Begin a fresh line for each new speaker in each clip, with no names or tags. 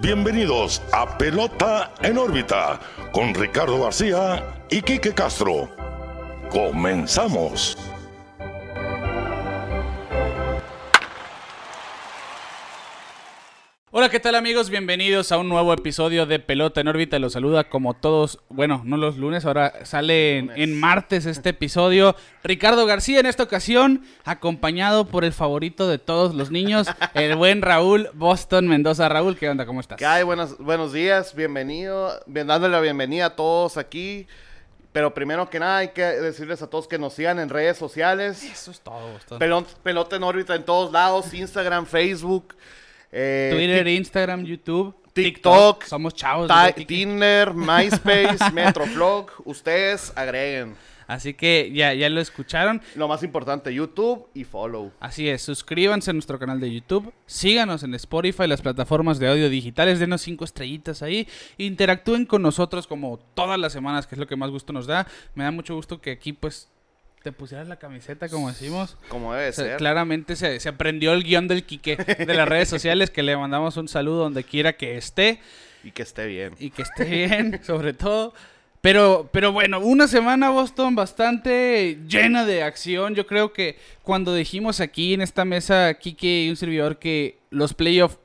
bienvenidos a Pelota en órbita con Ricardo García y Quique Castro. Comenzamos.
Hola, ¿qué tal amigos? Bienvenidos a un nuevo episodio de Pelota en órbita. Los saluda como todos, bueno, no los lunes, ahora sale en, en martes este episodio. Ricardo García en esta ocasión, acompañado por el favorito de todos los niños, el buen Raúl Boston Mendoza. Raúl, ¿qué onda? ¿Cómo estás?
¿Qué hay? Buenos, buenos días, bienvenido, bien- dándole la bienvenida a todos aquí. Pero primero que nada hay que decirles a todos que nos sigan en redes sociales.
Eso es todo, Boston.
Pelón- pelota en órbita en todos lados, Instagram, Facebook, eh,
Twitter, Instagram, YouTube,
TikTok,
Somos chavos.
Ta-
digo, Kiki.
Tinder, MySpace, Metroflog. Ustedes agreguen.
Así que ya, ya lo escucharon.
Lo más importante, YouTube y follow.
Así es, suscríbanse a nuestro canal de YouTube, síganos en Spotify, las plataformas de audio digitales, denos cinco estrellitas ahí, interactúen con nosotros como todas las semanas, que es lo que más gusto nos da. Me da mucho gusto que aquí pues te pusieras la camiseta, como decimos.
Como debe
O sea,
ser.
claramente se, se aprendió el guión del Quique de las redes sociales, que le mandamos un saludo donde quiera que esté
Y que esté bien.
y que esté bien, sobre todo. Pero, pero bueno, una semana Boston bastante llena de acción. Yo creo que cuando dijimos aquí en esta mesa, Kike y un servidor, que los playoffs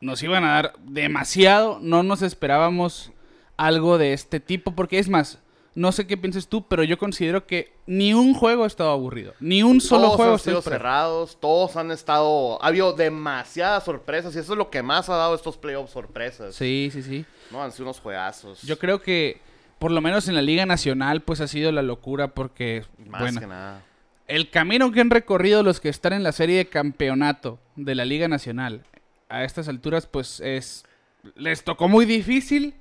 nos iban a dar demasiado, no nos esperábamos algo de este tipo. Porque es más, no sé qué pienses tú, pero yo considero que ni un juego ha estado aburrido. Ni un solo
todos
juego ha
han sido
estado aburrido.
cerrados, todos han estado, ha habido demasiadas sorpresas y eso es lo que más ha dado estos playoffs sorpresas.
Sí, sí, sí.
No, han sido unos juegazos.
Yo creo que, por lo menos en la Liga Nacional, pues ha sido la locura porque...
más
bueno,
que nada.
El camino que han recorrido los que están en la serie de campeonato de la Liga Nacional a estas alturas, pues es. Les tocó muy difícil.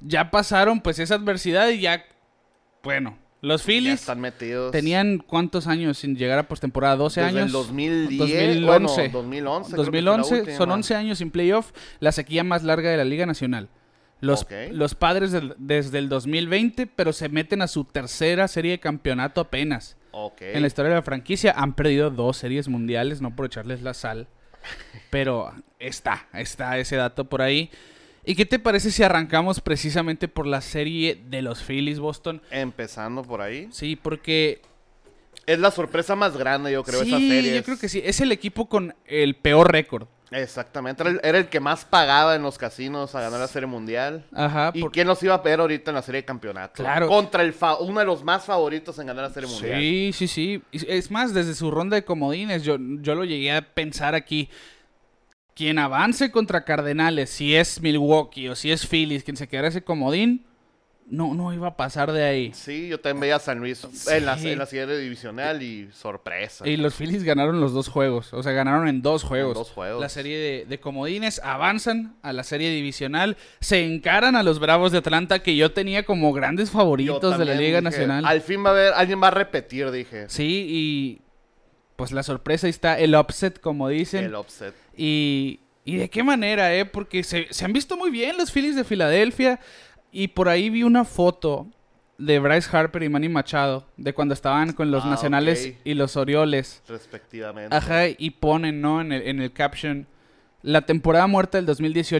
Ya pasaron, pues, esa adversidad y ya. Bueno, los
Ya
Phillies
están metidos.
tenían cuántos años sin llegar a postemporada? 12
Desde
años.
el 2010,
2011.
bueno, 2011, creo que fue la
2011, son
última.
11 años sin playoff, la sequía más larga de la Liga Nacional. Los,
Ok.
los padres del- desde el 2020, pero se meten a su tercera serie de campeonato apenas.
Ok.
En la historia de la franquicia han perdido dos series mundiales, no por echarles la sal. Pero está, está ese dato por ahí. ¿Y qué te parece si arrancamos precisamente por la serie de los Phillies Boston?
Empezando por ahí.
Sí, porque...
Es la sorpresa más grande, yo creo,
sí,
esa serie.
yo creo que sí. Es el equipo con el peor récord.
Exactamente. Era el, era el que más pagaba en los casinos a ganar la Serie Mundial.
Ajá.
¿Y
Ah, por-
quién los iba a pegar ahorita en la Serie de Campeonato?
Claro.
Contra el fa- uno de los más favoritos en ganar la Serie Mundial.
Sí, sí, sí. Y Es más, desde su ronda de comodines, yo, yo lo llegué a pensar aquí. Quien avance contra Cardenales, si es Milwaukee o si es Phillies, quien se quedara ese comodín, no, no iba a pasar de ahí.
Sí, yo también veía a San Luis en, la,
Sí.
en la serie divisional y sorpresa.
Y los Phillies ganaron los dos juegos. O sea, ganaron en dos juegos.
dos juegos.
La serie de, de comodines avanzan a la serie divisional. Se encaran a los Bravos de Atlanta, que yo tenía como grandes
Yo
favoritos de la
también
Liga
dije,
Nacional.
Al fin va a haber, alguien va a repetir, dije.
Sí, y pues la sorpresa ahí está. El upset, como dicen.
El offset.
Y, y de qué manera, ¿eh? Porque se, se han visto muy bien los Phillies de Filadelfia. Y por ahí vi una foto de Bryce Harper y Manny Machado, de cuando estaban con los
Ah,
Nacionales
ok.
y los Orioles.
respectivamente.
Ajá, y ponen, ¿no? En el, en el caption, la temporada muerta del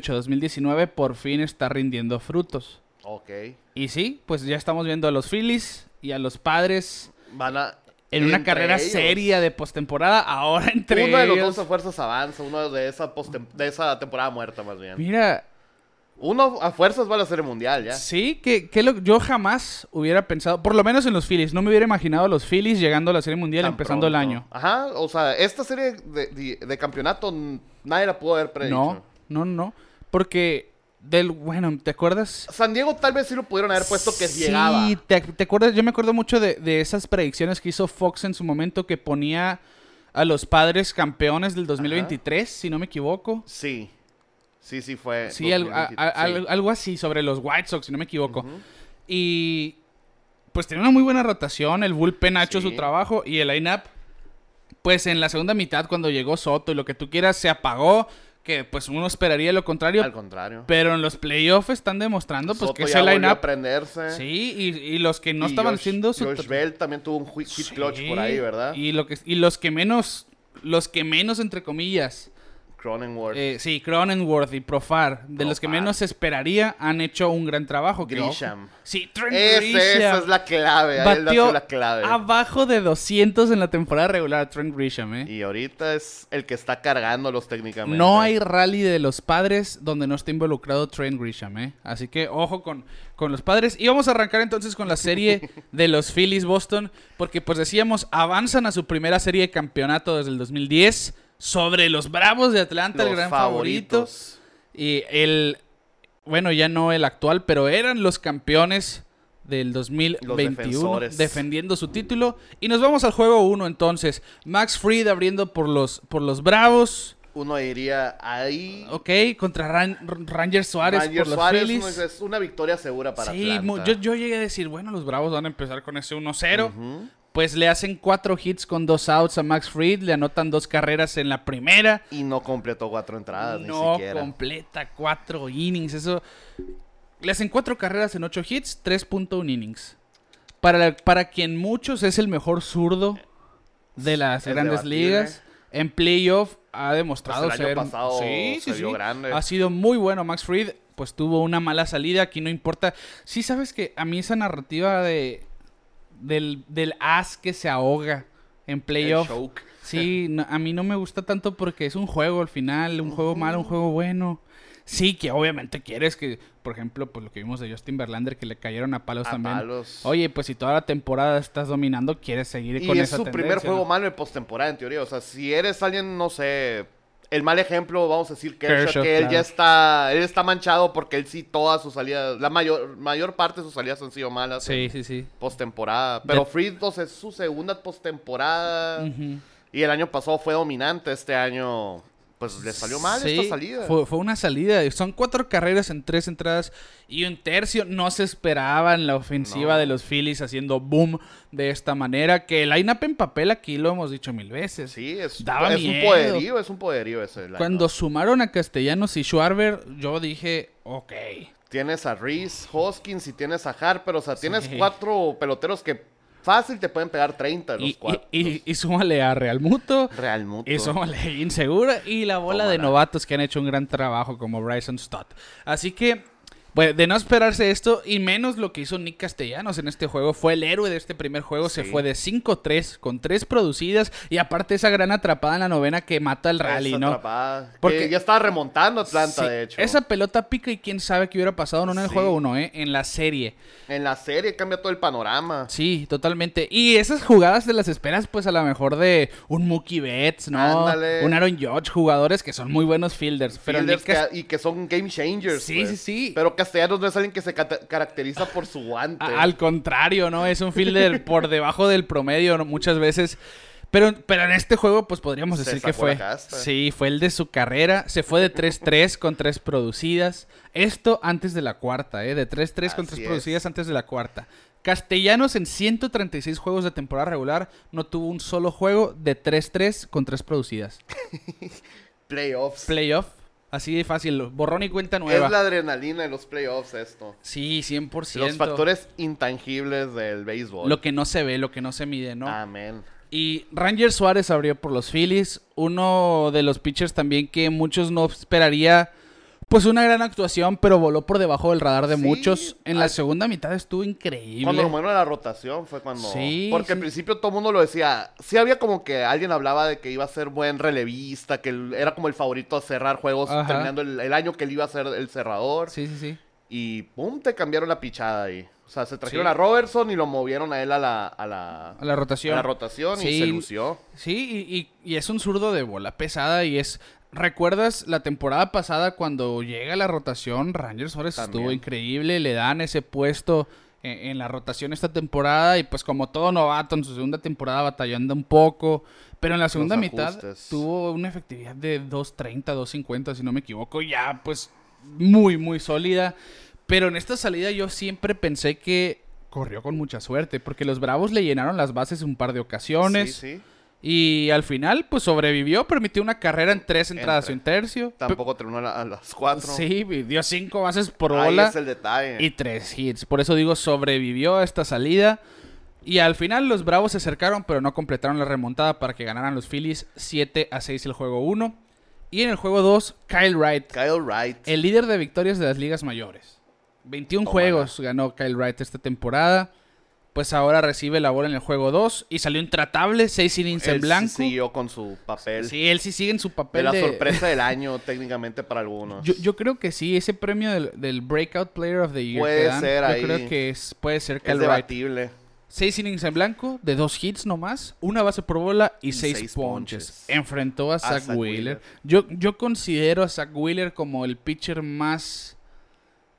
2018-2019 por fin está rindiendo frutos.
Ok.
Y sí, pues ya estamos viendo a los Phillies y a los Padres
Van a.
en una
entre
carrera
ellos.
seria de postemporada, ahora entre
Uno de los
ellos.
dos a fuerzas avanza, uno de esa, postem- de esa temporada muerta, más bien.
Mira,
Uno a fuerzas va a la serie mundial, ya.
Sí, que, que lo- yo jamás hubiera pensado, por lo menos en los Phillies, no me hubiera imaginado a los Phillies llegando a la Serie Mundial
Tan
empezando el
pronto.
año.
Ajá, o sea, esta serie de, de- de campeonato n- nadie la pudo haber predicho.
No, no, no, porque del, bueno, ¿te acuerdas?
San Diego tal vez sí lo pudieron haber puesto que llegaba.
Sí, ¿te, ac- te acuerdas? Yo me acuerdo mucho de, de esas predicciones que hizo Fox en su momento que ponía a los padres campeones del 2023, si no me equivoco.
Sí. Sí, sí fue.
Sí, al- a-
2023,
a-
sí.
al- algo así sobre los White Sox, si no me equivoco. Y pues tenía una muy buena rotación, el bullpen ha hecho
Sí.
su trabajo y el line-up, pues en la segunda mitad cuando llegó Soto y lo que tú quieras se apagó, que pues uno esperaría lo contrario,
Al contrario.
pero en los playoffs están demostrando pues
Soto
que
ya
ese
volvió a
line-up...
prenderse.
Sí, y, y los que no
Y
estaban
Josh-
haciendo su...
Josh
tra-
Bell también tuvo un hu- hit clutch por ahí,
Sí,
¿verdad?
Y, lo que, y los que menos, los que menos entre comillas
Cronenworth.
Eh, sí, Cronenworth y Profar, de los que
Profar.
menos esperaría, han hecho un gran trabajo. que-
Grisham.
Sí, Trent
Ese-
Grisham.
esa es la clave. Ahí él
Batió
nació la clave.
abajo de 200 en la temporada regular Trent Grisham, ¿eh?
Y ahorita es el que está cargándolos técnicamente.
No hay rally de los padres donde no esté involucrado Trent Grisham, ¿eh? Así que ojo con, con los padres. Y vamos a arrancar entonces con la serie de los Phillies Boston, porque pues decíamos, avanzan a su primera serie de campeonato desde el 2010 sobre los Bravos de Atlanta, el
Los
gran favorito.
favoritos.
Y el, bueno, ya no el actual, pero eran los campeones del 2021
defensores.
defendiendo su título. Y nos vamos al juego 1 entonces. Max Fried abriendo por los, por los Bravos.
Uno diría ahí.
Ok, contra Ran- Ranger Suárez
Ranger
por los
Suárez
Phillies.
no es- es una victoria segura para
sí, mu-
Atlanta.
yo, yo llegué a decir, bueno, los Bravos van a empezar con ese 1-0.
Ujú.
Pues le hacen cuatro hits con dos outs a Max Fried, le anotan dos carreras en la primera.
Y no completó cuatro entradas, ni
No
siquiera.
completa cuatro innings. Eso. Le hacen cuatro carreras en ocho hits, 3.1 innings. Para, para quien muchos es el mejor zurdo de las
Es
grandes
debatible.
ligas. En playoff ha demostrado
Pues el
ser.
año pasado se vio grande.
Ha sido muy bueno Max Fried. Pues tuvo una mala salida. Aquí no importa. Sí, sabes que a mí esa narrativa de. Del, del as que se ahoga en
El
playoff.
choke.
Sí, no- a mí no me gusta tanto porque es un juego al final, un juego malo, un juego bueno. Sí, que obviamente quieres que, por ejemplo, pues lo que vimos de Justin Verlander, que le cayeron a palos
A
también.
palos.
Oye, pues si toda la temporada estás dominando, quieres seguir con
Y es
esa
su primer
tendencia,
juego
¿no?
malo en postemporada, en teoría. O sea, si eres alguien, no sé. El mal ejemplo, vamos a decir Kershaw,
Kershaw,
que él
claro.
ya está. Él está manchado porque él sí, todas sus salidas. La mayor, mayor parte de sus salidas han sido malas.
Sí,
en
sí, sí.
Postemporada. Pero
De-
Fried, entonces, es su segunda postemporada.
Ujú.
Y el año pasado fue dominante. Este año, pues le salió mal
Sí,
esta salida.
Fue, fue una salida. Son cuatro carreras en tres entradas y un tercio. No se esperaba en la ofensiva
No.
de los Phillies haciendo boom de esta manera. Que el line-up en papel aquí lo hemos dicho mil veces.
Sí, es,
Daba
es un
miedo.
poderío, es un poderío ese. line-up.
Cuando sumaron a Castellanos y Schwarber, yo dije, ok.
Tienes a Reese, Hoskins y tienes a Harper. O sea, tienes
Sí.
cuatro peloteros que fácil te pueden pegar 30 de los
Y,
cuatro.
y, y- y súmale a Real Muto,
Real Muto.
y súmale a Insegura y la bola de
Tómala.
novatos que han hecho un gran trabajo como Bryson Stott. Así que, bueno, de no esperarse esto, y menos lo que hizo Nick Castellanos en este juego, fue el héroe de este primer juego. Se
Sí.
fue de 5-3 con 3 producidas y aparte esa gran atrapada en la novena que mata el
Esa
rally, ¿no?
atrapada, que
Porque-
ya estaba remontando Atlanta,
Sí,
de hecho.
Esa pelota pica y quién sabe qué hubiera pasado, no en el
Sí.
juego 1, ¿eh? en la serie.
En la serie cambia todo el panorama.
Sí, totalmente. Y esas jugadas de las esperas, pues a lo mejor de un Mookie Betts, ¿no?
Ándale.
Un Aaron George, jugadores que son muy buenos fielders. Pero Nick
Fielders
Cas-
que- y que son game changers.
Sí,
pues.
sí, sí.
Pero Castellanos no es alguien que se cata- caracteriza por su guante.
a- al contrario, ¿no? Es un fielder por debajo del promedio ¿no? muchas veces. Pero, pero en este juego, pues podríamos
Se
decir que
sacó la
fue.
casta.
Sí, fue el de su carrera. Se fue de 3-3 con 3 producidas. Esto antes de la cuarta, ¿eh? De 3-3 con
Así
3
es.
producidas antes de la cuarta. Castellanos en 136 juegos de temporada regular no tuvo un solo juego de 3-3 con 3 producidas.
Playoffs.
Playoff, así de fácil, borrón y cuenta nueva.
es la adrenalina de los playoffs esto.
Sí, 100%.
Los factores intangibles del béisbol.
Lo que no se ve, lo que no se mide, ¿no?
Amén.
Y Ranger Suárez abrió por los Phillies, uno de los pitchers también que muchos no esperaría, pues una gran actuación, pero voló por debajo del radar de
Sí,
muchos. En la
al-
segunda mitad estuvo increíble.
Cuando lo bueno de la rotación fue cuando.
Sí,
Porque al
sí.
principio todo el mundo lo decía. Sí, había como que alguien hablaba de que iba a ser buen relevista, que él era como el favorito a cerrar juegos
Ajá.
terminando el, el año que él iba a ser el cerrador.
Sí, sí, sí.
Y pum, te cambiaron la pichada ahí. O sea, se trajeron
Sí.
a Robertson y lo movieron a él a la, a la,
A la
a
rotación.
la rotación
Sí.
y se lució.
Sí, y, y- y es un zurdo de bola pesada y es... ¿Recuerdas la temporada pasada cuando llega la rotación? Ranger Suárez
También.
estuvo increíble, le dan ese puesto en, en la rotación esta temporada y pues como todo novato en su segunda temporada batallando un poco, pero en la segunda mitad
ajustes.
tuvo una efectividad de 2.30, 2.50 si no me equivoco, ya pues muy, muy sólida. Pero en esta salida yo siempre pensé que corrió con mucha suerte porque los Bravos le llenaron las bases un par de ocasiones.
Sí, sí.
Y al final, pues sobrevivió, permitió una carrera en tres entradas
Entra.
y un tercio.
Tampoco terminó a, la- a las
Pe-
cuatro.
Sí, y dio cinco bases por
Ahí
bola
es el detalle.
y tres hits. Por eso digo, sobrevivió a esta salida. Y al final los Bravos se acercaron, pero no completaron la remontada para que ganaran los Phillies 7 a 6 el juego 1. Y en el juego 2, Kyle Wright,
Kyle Wright.
el líder de victorias de las ligas mayores. 21
Tómala.
juegos ganó Kyle Wright esta temporada. Pues ahora recibe la bola en el juego 2 y salió intratable, 6 innings en
Él Pues, sí
blanco.
Siguió con su papel.
Sí, él sí sigue en su
de
papel
la
de-
sorpresa del año, técnicamente, para algunos.
Yo, yo creo que sí, ese premio del, del Breakout Player of the Year.
Puede
que dan,
ser
yo
ahí.
creo que es, puede ser Kyle
es
Wright.
debatible.
6 innings en blanco, de dos hits nomás, una base por bola y seis,
seis
ponches.
ponches.
Enfrentó a Zach,
Zach
Wheeler.
Wheeler.
Yo, yo considero a Zach Wheeler como el pitcher más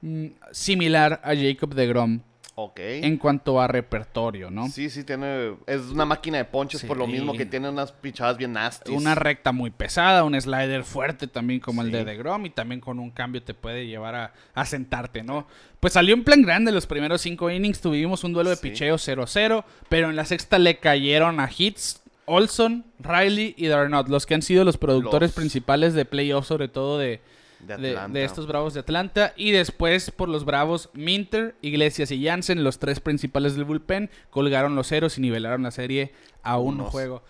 mm, similar a Jacob de Grom
Ok.
en cuanto a repertorio, ¿no?
Sí, sí, tiene. Es una máquina de ponches por lo
Sí.
mismo que tiene unas pichadas bien nasty.
Una recta muy pesada, un slider fuerte también como el de
Sí.
DeGrom y también con un cambio te puede llevar a, a sentarte, ¿no? Pues salió en plan grande los primeros cinco innings, tuvimos un duelo de
Sí.
picheo 0-0, pero en la sexta le cayeron a Hits, Olson, Riley y Darnot, los que han sido los productores
Los-
principales de playoffs, sobre todo de,
de,
de-
Atlanta.
de estos Bravos de Atlanta. Y después por los Bravos, Minter, Iglesias y Jansen, los tres principales del bullpen, colgaron los ceros y nivelaron la serie a un
Unos.
juego.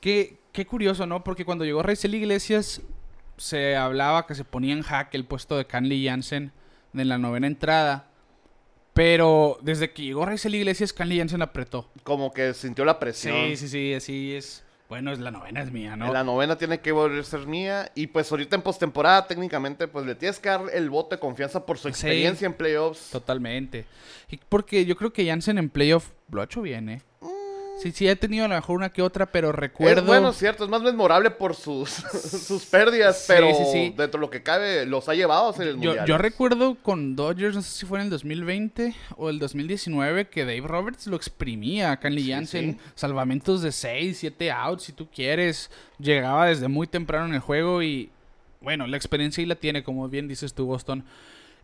Qué, qué curioso, ¿no? Porque cuando llegó Raizel Iglesias, se hablaba que se ponía en jaque el puesto de Canley Jansen en la novena entrada. Pero desde que llegó Raizel Iglesias, Canley Jansen apretó.
Como que sintió la presión.
Sí, sí, sí, así es. Bueno, es la novena es mía, ¿no?
En la novena tiene que volver a ser mía. Y pues ahorita en postemporada, técnicamente, pues le tienes que dar el voto de confianza por su experiencia en playoffs.
Totalmente. Y porque yo creo que Jansen en playoff lo ha hecho bien, ¿eh? Sí, sí, ha tenido a lo mejor una que otra, pero recuerdo.
Es bueno, cierto, es más memorable por sus, sus pérdidas,
Sí,
pero
sí, sí.
dentro de lo que cabe, los ha llevado en el
yo,
mundial.
yo recuerdo con Dodgers, no sé si fue en el 2020 o el 2019, que Dave Roberts lo exprimía a Kenley Jansen.
sí.
Salvamentos de 6, 7 outs, si tú quieres. Llegaba desde muy temprano en el juego y, bueno, la experiencia ahí la tiene, como bien dices tú, Boston.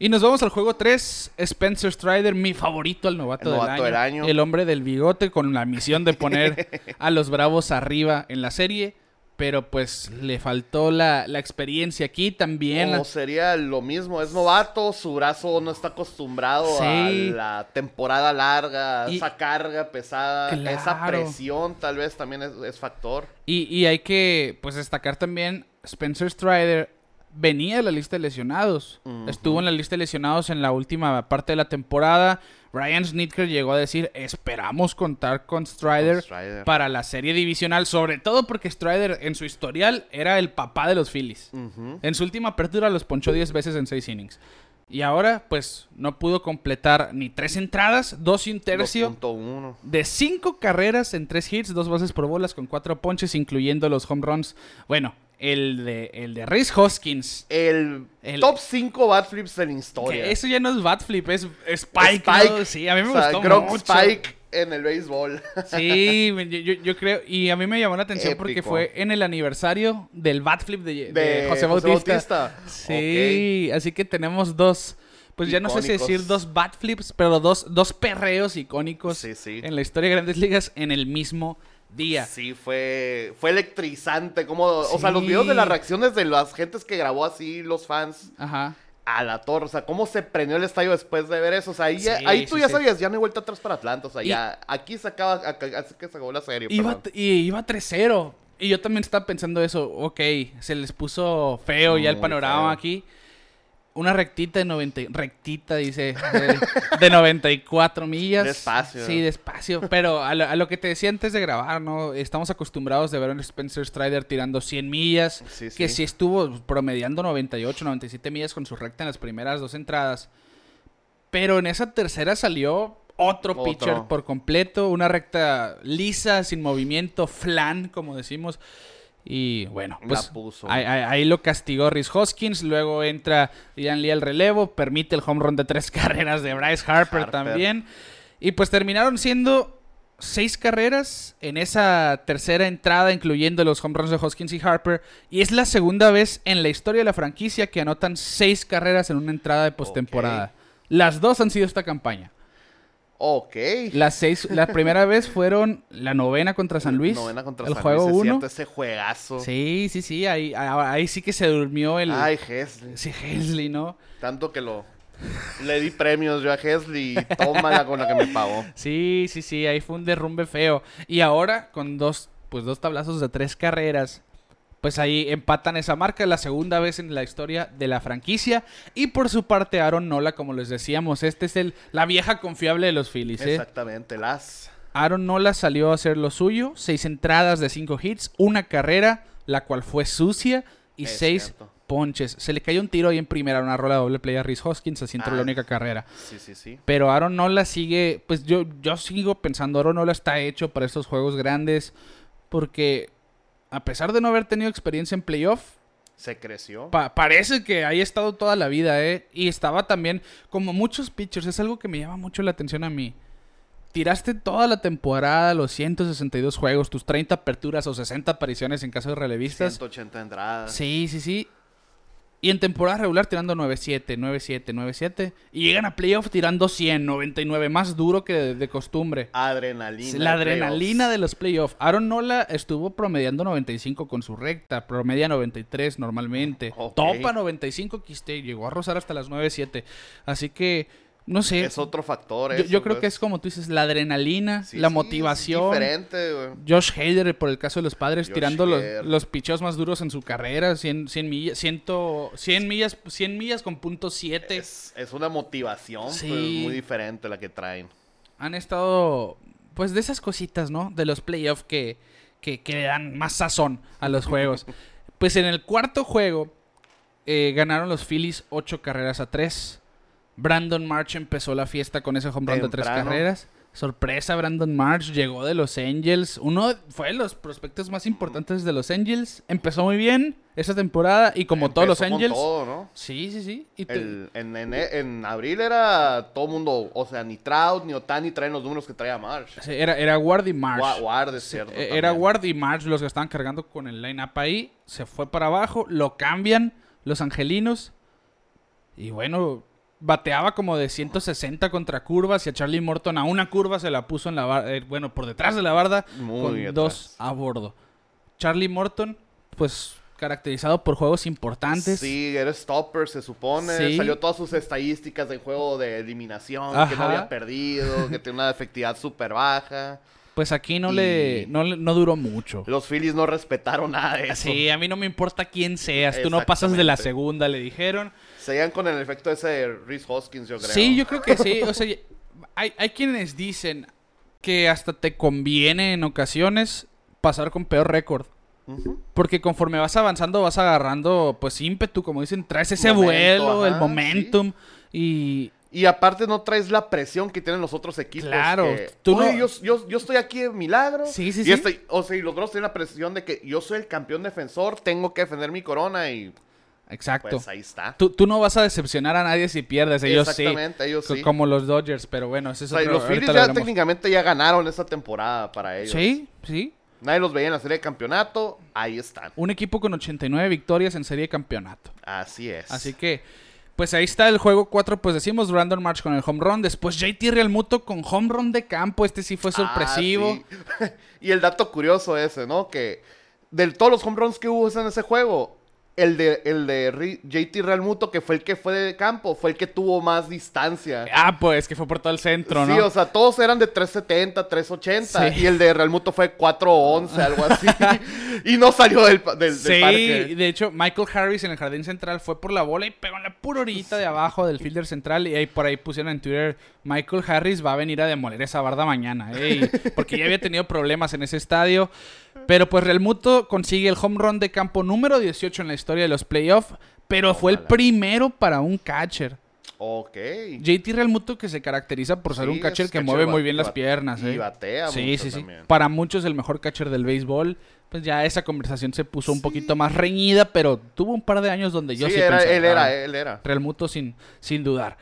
Y nos vamos al juego 3, Spencer Strider, mi favorito, el novato,
El novato
del,
del
año,
año.
El hombre del bigote con la misión de poner a los Bravos arriba en la serie. Pero pues le faltó la, la experiencia aquí también.
O sería lo mismo, es novato, su brazo no está acostumbrado
Sí.
a la temporada larga,
Y-
esa carga pesada, esa
Claro.
presión tal vez también es, es factor.
Y, y hay que pues destacar también Spencer Strider venía de la lista de lesionados. Estuvo en la lista de lesionados en la última parte de la temporada. Ryan Snitker llegó a decir, "Esperamos contar con Strider,
Con Strider.
para la serie divisional, sobre todo porque Strider en su historial era el papá de los Phillies."
Ujú.
En su última apertura los ponchó 10 veces en 6 innings. Y ahora, pues, no pudo completar ni tres entradas, dos y un tercio,
2.1.
de cinco carreras en tres hits, dos bases por bolas con cuatro ponches, incluyendo los home runs. Bueno, el de, el de Rhys Hoskins.
El,
El-
top 5 bat flips de la historia.
Que eso ya no es bat flip, es es Spike. ¿no? Sí, a mí me
o sea,
gustó
Gronk
mucho.
Spike en el béisbol.
Sí, me- yo, yo- yo creo. Y a mí me llamó la atención porque
Épico.
fue en el aniversario del bat flip de, de
De
José
José
Bautista.
Bautista.
Sí,
Ok.
así que tenemos dos. Pues ya no sé si
Icónicos.
decir dos bat flips, pero dos, dos perreos icónicos
Sí, sí.
en la historia de Grandes Ligas en el mismo día.
Sí, fue, fue electrizante. Como, O sea, los
Sí. videos
videos
de
de
las
las reacciones de las gentes que grabó así, los fans,
Ajá.
a la torre. O sea, cómo se prendió el estadio después de ver eso. O sea, ahí, ya-
Sí,
ahí tú
sí,
ya
sí.
sabías, ya no hay vuelta atrás para Atlanta. O sea,
Y-
ya aquí se acaba, acá- así que se acabó la serie.
Iba,
perdón.
y iba 3-0. Y yo también estaba pensando eso. Ok, se les puso feo ya el
Muy
panorama
feo.
aquí. Una rectita de 90, rectita dice, de, de 94 millas.
Despacio.
Sí, despacio. Pero a lo, a lo que te decía antes de grabar, ¿no? Estamos acostumbrados de ver a un Spencer Strider tirando 100 millas.
Sí,
Que
sí.
sí estuvo promediando 98, 97 millas con su recta en las primeras dos entradas. Pero en esa tercera salió otro,
Otro.
pitcher por completo, una recta lisa, sin movimiento, flan, como decimos. Y bueno,
La
pues
puso.
Ahí, ahí- ahí lo castigó Rhys Hoskins, luego entra Ian Lee al relevo, permite el home run de tres carreras de Bryce Harper,
Harper.
también. Y pues terminaron siendo seis carreras en esa tercera entrada, incluyendo los home runs de Hoskins y Harper. Y es la segunda vez en la historia de la franquicia que anotan seis carreras en una entrada de postemporada. Las dos han sido esta campaña.
Ok.
Las seis, la primera vez fueron la novena contra San Luis.
Novena contra
el
San
juego
Luis, es
uno.
cierto, ese juegazo.
Sí, sí, sí, ahí, a- ahí sí que se durmió el...
Ay, Hesley.
ese Hensley, ¿no?
Tanto que lo... Le di premios yo a Hesley y tómala con la que me pagó.
Sí, sí, sí, ahí fue un derrumbe feo. Y ahora con dos, pues dos tablazos de tres carreras, pues ahí empatan esa marca, la segunda vez en la historia de la franquicia. Y por su parte, Aaron Nola, como les decíamos, este es el, la vieja confiable de los Phillies. ¿eh?
Exactamente, las.
Aaron Nola salió a hacer lo suyo, seis entradas de cinco hits, una carrera, la cual fue sucia, y
Es
seis
cierto.
ponches. Se le cayó un tiro ahí en primera, una rola de doble play a Rhys Hoskins, así entró
Ah.
la única carrera.
Sí, sí, sí.
Pero Aaron Nola sigue, pues yo, yo sigo pensando, Aaron Nola está hecho para estos juegos grandes, porque a pesar de no haber tenido experiencia en playoff,
Se creció.
Pa- parece que ahí ha estado toda la vida, ¿eh? Y estaba también, como muchos pitchers, es algo que me llama mucho la atención a mí. Tiraste toda la temporada, los 162 juegos, tus 30 aperturas o 60 apariciones en caso de relevistas.
180 entradas.
Sí, sí, sí. Y en temporada regular tirando 9-7, 9-7, 9-7. Y llegan a playoff tirando 100, 99, más duro que de, de costumbre.
Adrenalina.
La adrenalina de los playoffs. Aaron Nola estuvo promediando 95 con su recta, promedia 93 normalmente.
Ok.
Topa 95 quiste, llegó a rozar hasta las 9.7. Así que, no sé.
Es otro factor. pues.
yo, yo creo que es como tú dices, la adrenalina, la motivación.
diferente, güey.
Josh Hader, por el caso de los padres,
Josh
tirando los,
Hader.
los picheos más duros en su carrera, 100, 100 millas, 100, 100 millas, 100 millas con punto 7.
Es, es una motivación
Sí.
pues, muy diferente la que traen.
han estado, pues, de esas cositas, ¿no? De los playoffs que, que, que le dan más sazón a los juegos. pues en el cuarto juego eh, ganaron los Phillies ocho carreras a tres. Brandon March empezó la fiesta con ese home run de tres
Temprano.
carreras. Sorpresa, Brandon March llegó de los Angels. Uno fue de los prospectos más importantes de los Angels. Empezó muy bien esa temporada y como todos los
Empezó con
Angels.
todo, ¿no?
Sí, sí, sí. Y te-
El- en, en- en abril era todo mundo, o sea, ni Trout ni Otani traen los números que traía Marsh.
Sí, Era, era Wardy March.
Gua- Ward, es cierto.
Eh, Era
también.
Ward y March los que estaban cargando con el line-up ahí. Se fue para abajo, lo cambian los angelinos. Y bueno, bateaba como de 160 contra curvas. Y a Charlie Morton a una curva se la puso en la barda. bueno, por detrás de la barda.
Muy
con
atrás.
dos a bordo. Charlie Morton, pues caracterizado por juegos importantes.
Sí, era stopper, se supone.
Sí.
Salió todas sus estadísticas del juego de eliminación, que no
Ajá.
había perdido, que tiene una efectividad súper baja.
Pues aquí no
Y-
le no, le- no duró mucho.
Los Phillies no respetaron nada de eso.
Sí, a mí no me importa quién seas. Tú no pasas de la
Exactamente.
segunda, le dijeron.
Seguían con el efecto ese de Reese Hoskins, yo creo.
Sí, yo creo que sí. O sea, hay, hay quienes dicen que hasta te conviene en ocasiones pasar con peor récord.
Ujú.
Porque conforme vas avanzando, vas agarrando, pues, ímpetu, como dicen, traes ese
Momento,
vuelo, el
ajá,
momentum. Y
Y aparte no traes la presión que tienen los otros equipos.
Claro,
que,
tú
"Oye,
no-
yo, yo- yo estoy aquí de milagro.
Sí, sí,
y
sí.
este- o sea, y los otros tienen la presión de que yo soy el campeón defensor, tengo que defender mi corona y
exacto.
pues ahí está.
tú, tú no vas a decepcionar a nadie si pierdes, ellos sí.
Exactamente, ellos
co-
sí.
Como los Dodgers, pero bueno, ese es
O sea, y
otro-
los
ahorita
Phillies
lo
ya
hablamos.
técnicamente ya ganaron esta temporada para ellos.
Sí, sí.
Nadie los veía en la serie de campeonato, ahí están.
Un equipo con 89 victorias en serie de campeonato.
Así es.
Así que, pues ahí está el juego 4. Pues decimos Brandon March con el home run. Después JT Realmuto con home run de campo. Este sí fue sorpresivo.
Ah, sí. y el dato curioso ese, ¿no? Que de todos los home runs que hubo en ese juego, el de, el de Ri- JT Realmuto, que fue el que fue de campo, fue el que tuvo más distancia.
Ah, pues que fue por todo el centro, ¿no?
Sí, o sea, todos eran de 370, 380
Sí.
y el de Realmuto fue 411, algo así. y no salió del, pa- del, del
Sí,
parque.
de hecho, Michael Harris en el jardín central fue por la bola y pegó en la pura orillita de abajo del fielder central. Y ahí por ahí pusieron en Twitter: Michael Harris va a venir a demoler esa barda mañana. ¿eh? Y- porque ya había tenido problemas en ese estadio. Pero pues Realmuto consigue el home run de campo número 18 en la historia de los playoffs. Pero fue el
Tómala.
primero para un catcher.
Ok.
JT Realmuto que se caracteriza por ser
Sí,
un catcher
es
que
catcher
mueve
bat-
muy bien las
bat-
piernas.
y
¿eh?
batea
sí,
mucho
sí, sí.
también.
Para muchos el mejor catcher del béisbol. Pues ya esa conversación se puso un poquito más reñida, pero tuvo un par de años donde yo
sí,
sí,
era,
pensaba,
él
"Ah,
era, él era.
Realmuto sin, sin dudar.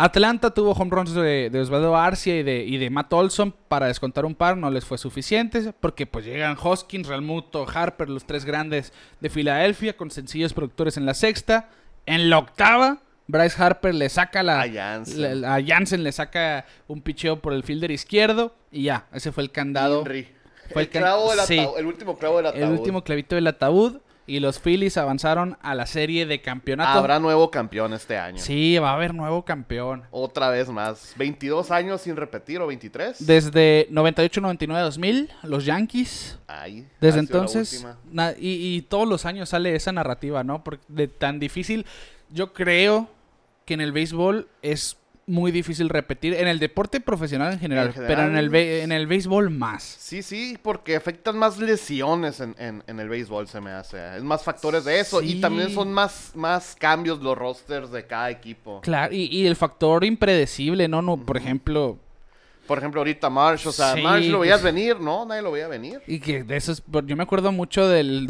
Atlanta tuvo home runs de, de Osvaldo Arcia y de, y de Matt Olson para descontar un par, no les fue suficiente, porque pues llegan Hoskins, Realmuto, Harper, los tres grandes de Filadelfia, con sencillos productores en la sexta. En la octava, Bryce Harper le saca la...
A Jansen.
la- la- a Jansen le saca un picheo por el fielder izquierdo y ya, ese fue el candado.
Henry.
Fue
el,
el que-
clavo del
sí.
ataúd, el último clavo del ataúd.
El último clavito del ataúd. y los Phillies avanzaron a la serie de campeonato.
Habrá nuevo campeón este año.
Sí, va a haber nuevo campeón.
Otra vez más. 22 años sin repetir o 23.
Desde 98, 99, 2000, los Yankees.
Ay,
Desde
ha sido la
entonces,
última.
na- y, y todos los años sale esa narrativa, ¿no? Porque de tan difícil, yo creo que en el béisbol es muy difícil repetir, en el deporte profesional en general,
En general,
pero en el, be- en el béisbol más.
Sí, sí, porque afectan más lesiones en, en- en el béisbol, se me hace. Es más factores de eso.
Sí.
Y también son más, más cambios los rosters de cada equipo.
Claro, y, y el factor impredecible, ¿no? no por ejemplo,
Por ejemplo, ahorita Marsh, o sea,
Sí,
Marsh lo veías
pues-
venir, ¿no? Nadie lo veía venir.
y que de eso es, yo me acuerdo mucho del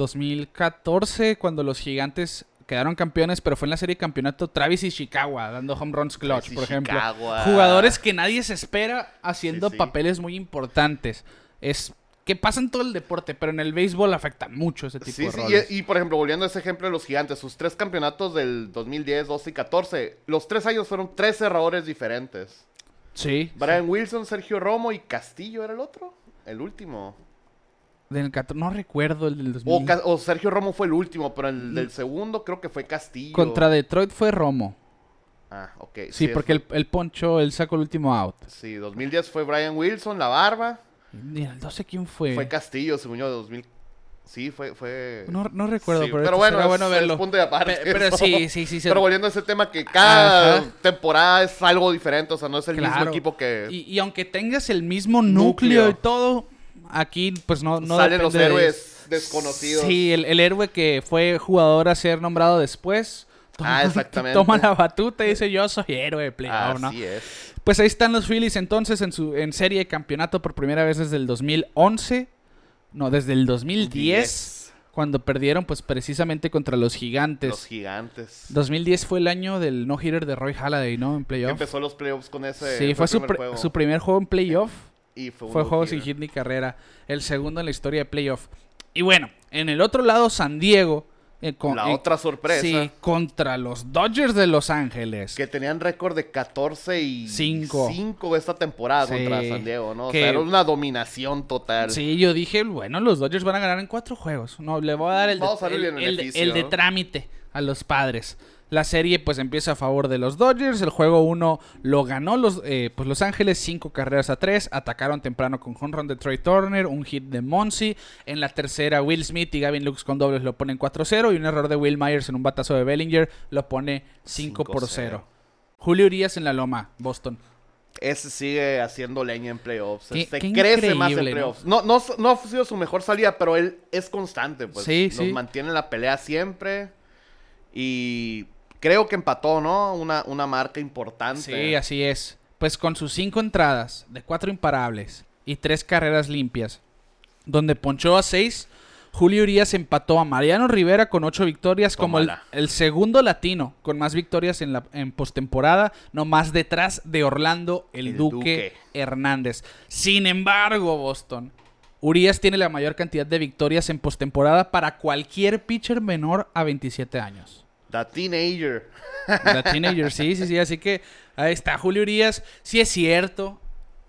2014, cuando los gigantes quedaron campeones, pero fue en la serie de campeonato Travis y Chicago, dando home runs clutch,
Travis
por ejemplo.
Ishikawa.
Jugadores que nadie se espera haciendo
Sí, sí.
papeles muy importantes. Es que pasa en todo el deporte, pero en el béisbol afecta mucho ese tipo
Sí,
de
sí,
roles.
y, y, por ejemplo, volviendo a ese ejemplo de los gigantes, sus tres campeonatos del 2010, 12 y 14, los tres años fueron tres errores diferentes.
Sí.
Brian Wilson, Sergio Romo y Castillo era el otro, el último.
Del 14 no recuerdo el del 2000.
O, Ca- o Sergio Romo fue el último, pero el del segundo creo que fue Castillo.
Contra Detroit fue Romo.
Ah, ok.
Sí,
es-
porque el, el poncho, él sacó el último out.
Sí, 2010 fue Brian Wilson, La Barba.
Y el 12, ¿quién fue?
Fue Castillo, según yo, 2000. Sí, fue... fue...
no, no recuerdo,
Sí,
pero,
pero
bueno,
bueno, es-
bueno
es
verlo.
punto de aparte,
Pe- pero
eso.
sí, sí, sí. se-
Pero volviendo a ese tema que cada
Ajá.
temporada es algo diferente, o sea, no es el
Claro.
mismo equipo que
y, y aunque tengas el mismo núcleo,
Núcleo.
y todo, aquí pues no, no
salen los
depende de
héroes desconocidos.
Sí, el, el héroe que fue jugador a ser nombrado después.
Ah, exactamente.
Toma la batuta y dice yo soy héroe de playoff, ¿no?
Así es.
Pues ahí están los Phillies entonces en su en serie de campeonato por primera vez desde el 2011. No, desde el 2010.
Diez.
Cuando perdieron pues precisamente contra los gigantes.
Los gigantes.
2010 fue el año del no-hitter de Roy Halladay, ¿no? En playoff.
Empezó los playoffs con ese.
sí, fue,
el
su,
primer
pr-
juego.
su primer juego en playoff.
Y fue, un
Fue juego sin
no-hitter.
hit ni carrera. El segundo en la historia de playoff. Y bueno, en el otro lado, San Diego. eh, con,
La
eh,
otra sorpresa.
Sí, contra los Dodgers de Los Ángeles.
Que tenían récord de 14 y
Cinco.
5 esta temporada
Sí.
contra San Diego, ¿no? O
Que-
sea, era una dominación total.
Sí, yo dije, bueno, los Dodgers van a ganar en cuatro juegos. No, le voy a dar el, de,
Vamos a darle
el-
el
el de-
beneficio,
el de
¿no?
trámite a los padres. La serie pues empieza a favor de los Dodgers. El juego 1 lo ganó los, eh, pues, los Ángeles, cinco carreras a tres. Atacaron temprano con home run de Trey Turner, un hit de Monsi. En la tercera Will Smith y Gavin Lux con dobles lo ponen 4-0 y un error de Will Myers en un batazo de Bellinger lo pone 5 por 0.
5-0.
Julio Urias en la loma, Boston.
Ese sigue haciendo leña en playoffs.
Qué-
Este
qué
crece más en
increíble, ¿no?
playoffs. No, no, s- no ha sido su mejor salida, pero él es constante. Pues.
Sí,
Nos
sí.
mantiene en la pelea siempre. Y creo que empató, ¿no? Una, una marca importante.
Sí, así es. Pues con sus cinco entradas de cuatro imparables y tres carreras limpias, donde ponchó a seis, Julio Urias empató a Mariano Rivera con ocho victorias como el,
Tómala.
el segundo latino con más victorias en, la, en postemporada, nomás detrás de Orlando el,
El
Duque,
Duque.
Hernández. Sin embargo, Boston. Urias tiene la mayor cantidad de victorias en postemporada para cualquier pitcher menor a 27 años.
The Teenager.
La Teenager, sí, sí, sí. Así que ahí está Julio Urias. Sí es cierto.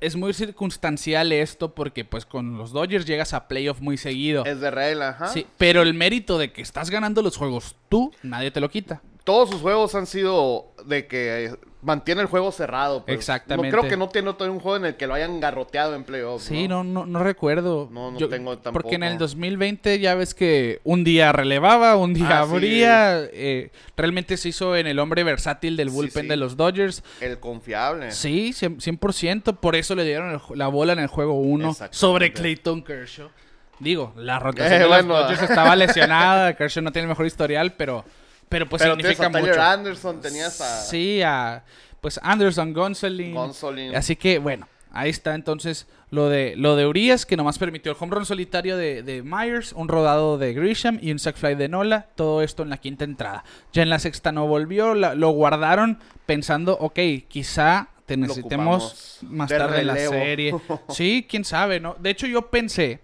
Es muy circunstancial esto porque pues con los Dodgers llegas a playoff muy seguido.
Es de regla, ajá.
Sí, pero el mérito de que estás ganando los juegos tú, nadie te lo quita.
Todos sus juegos han sido de que eh, mantiene el juego cerrado. pues.
Exactamente.
No, creo que no tiene otro- un juego en el que lo hayan garroteado en playoffs.
Sí, no, no, no recuerdo.
No, no tengo
Porque en el
tampoco.
2020 ya ves que un día relevaba, un día
Ah, sí.
abría. eh, realmente se hizo en el hombre versátil del
Sí,
bullpen
sí.
de los Dodgers.
El confiable.
Sí, cien- 100%. Por eso le dieron el ju- la bola en el juego 1
Exactamente.
sobre Clayton Kershaw. Digo, la rotación
Eh,
de los
bueno.
Dodgers estaba lesionada. Kershaw no tiene el mejor historial, pero, pero pues
Pero tienes
significa
a Tyler
mucho.
Anderson, tenías a
Sí, a pues Anderson Gonzalez.
Gonsolin.
Así que bueno, ahí está entonces lo de lo de Urias, que nomás permitió el home run solitario de, de Myers, un rodado de Grisham y un sack fly de Nola, todo esto en la quinta entrada. Ya en la sexta no volvió, la- lo guardaron pensando, ok, quizá te
Lo
necesitemos
ocupamos
más
de
tarde en la
relevo.
serie. Sí, quién sabe, ¿no? De hecho yo pensé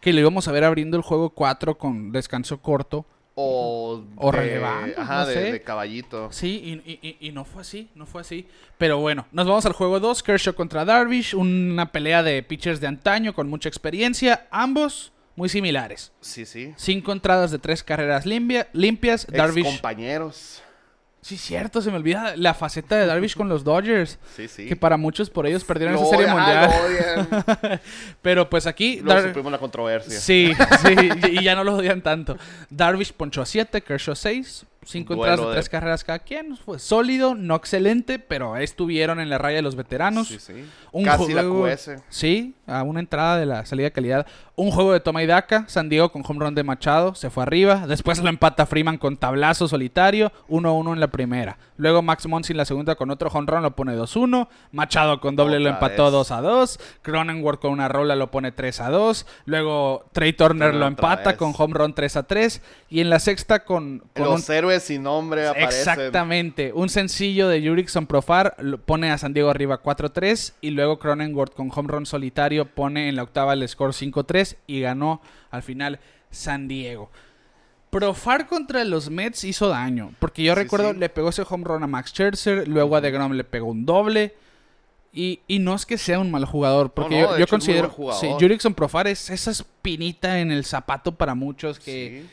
que lo íbamos a ver abriendo el juego 4 con descanso corto.
O,
O
de-
relevante,
Ajá,
no
de,
sé.
de caballito.
Sí, y, y- y- y no fue así, no fue así. Pero bueno, nos vamos al juego 2, Kershaw contra Darvish, una pelea de pitchers de antaño con mucha experiencia, ambos muy similares.
Sí, sí.
Cinco entradas de tres carreras limpia- limpias. Darvish.
compañeros.
Sí, cierto, se me olvida la faceta de Darvish con los Dodgers.
Sí, sí.
Que para muchos por ellos perdieron
Lo ah,
esa serie
odian,
mundial.
lo odian.
Pero pues aquí.
Luego
Dar-
supimos la controversia.
Sí, sí, y y ya no los odian tanto. Darvish ponchó a 7, Kershaw 6, 5
Duelo
entradas de
de-
3 carreras cada quien. Fue sólido, no excelente, pero ahí estuvieron en la raya de los veteranos.
Sí, sí.
Un
Casi la
juego-
QS.
Sí, a una entrada de la salida de calidad. Un juego de toma y daca. San Diego con home run de Machado. Se fue arriba. Después lo empata Freeman con tablazo solitario. 1-1 en la primera. Luego Max Monsi en la segunda con otro home run lo pone 2-1. Machado con doble lo
Otra
empató
vez.
2-2. Cronenworth con una rola lo pone 3-2. Luego Trey Turner lo
Otra
empata
vez.
con home run 3-3. Y en la sexta con, con un
Los héroes sin nombre aparecen.
Exactamente. Un sencillo de Jurickson Profar lo pone a San Diego arriba 4-3 y luego Cronenworth con home run solitario pone en la octava el score 5-3 y ganó al final San Diego. Profar contra los Mets hizo daño, porque yo
Sí,
recuerdo
sí.
le pegó ese home run a Max Scherzer, luego a DeGrom le pegó un doble. Y, y no es que sea un mal jugador, porque
no,
yo,
de
yo
hecho es muy
considero...
buen jugador.
Sí, Jurickson Profar es esa espinita en el zapato para muchos que
Sí.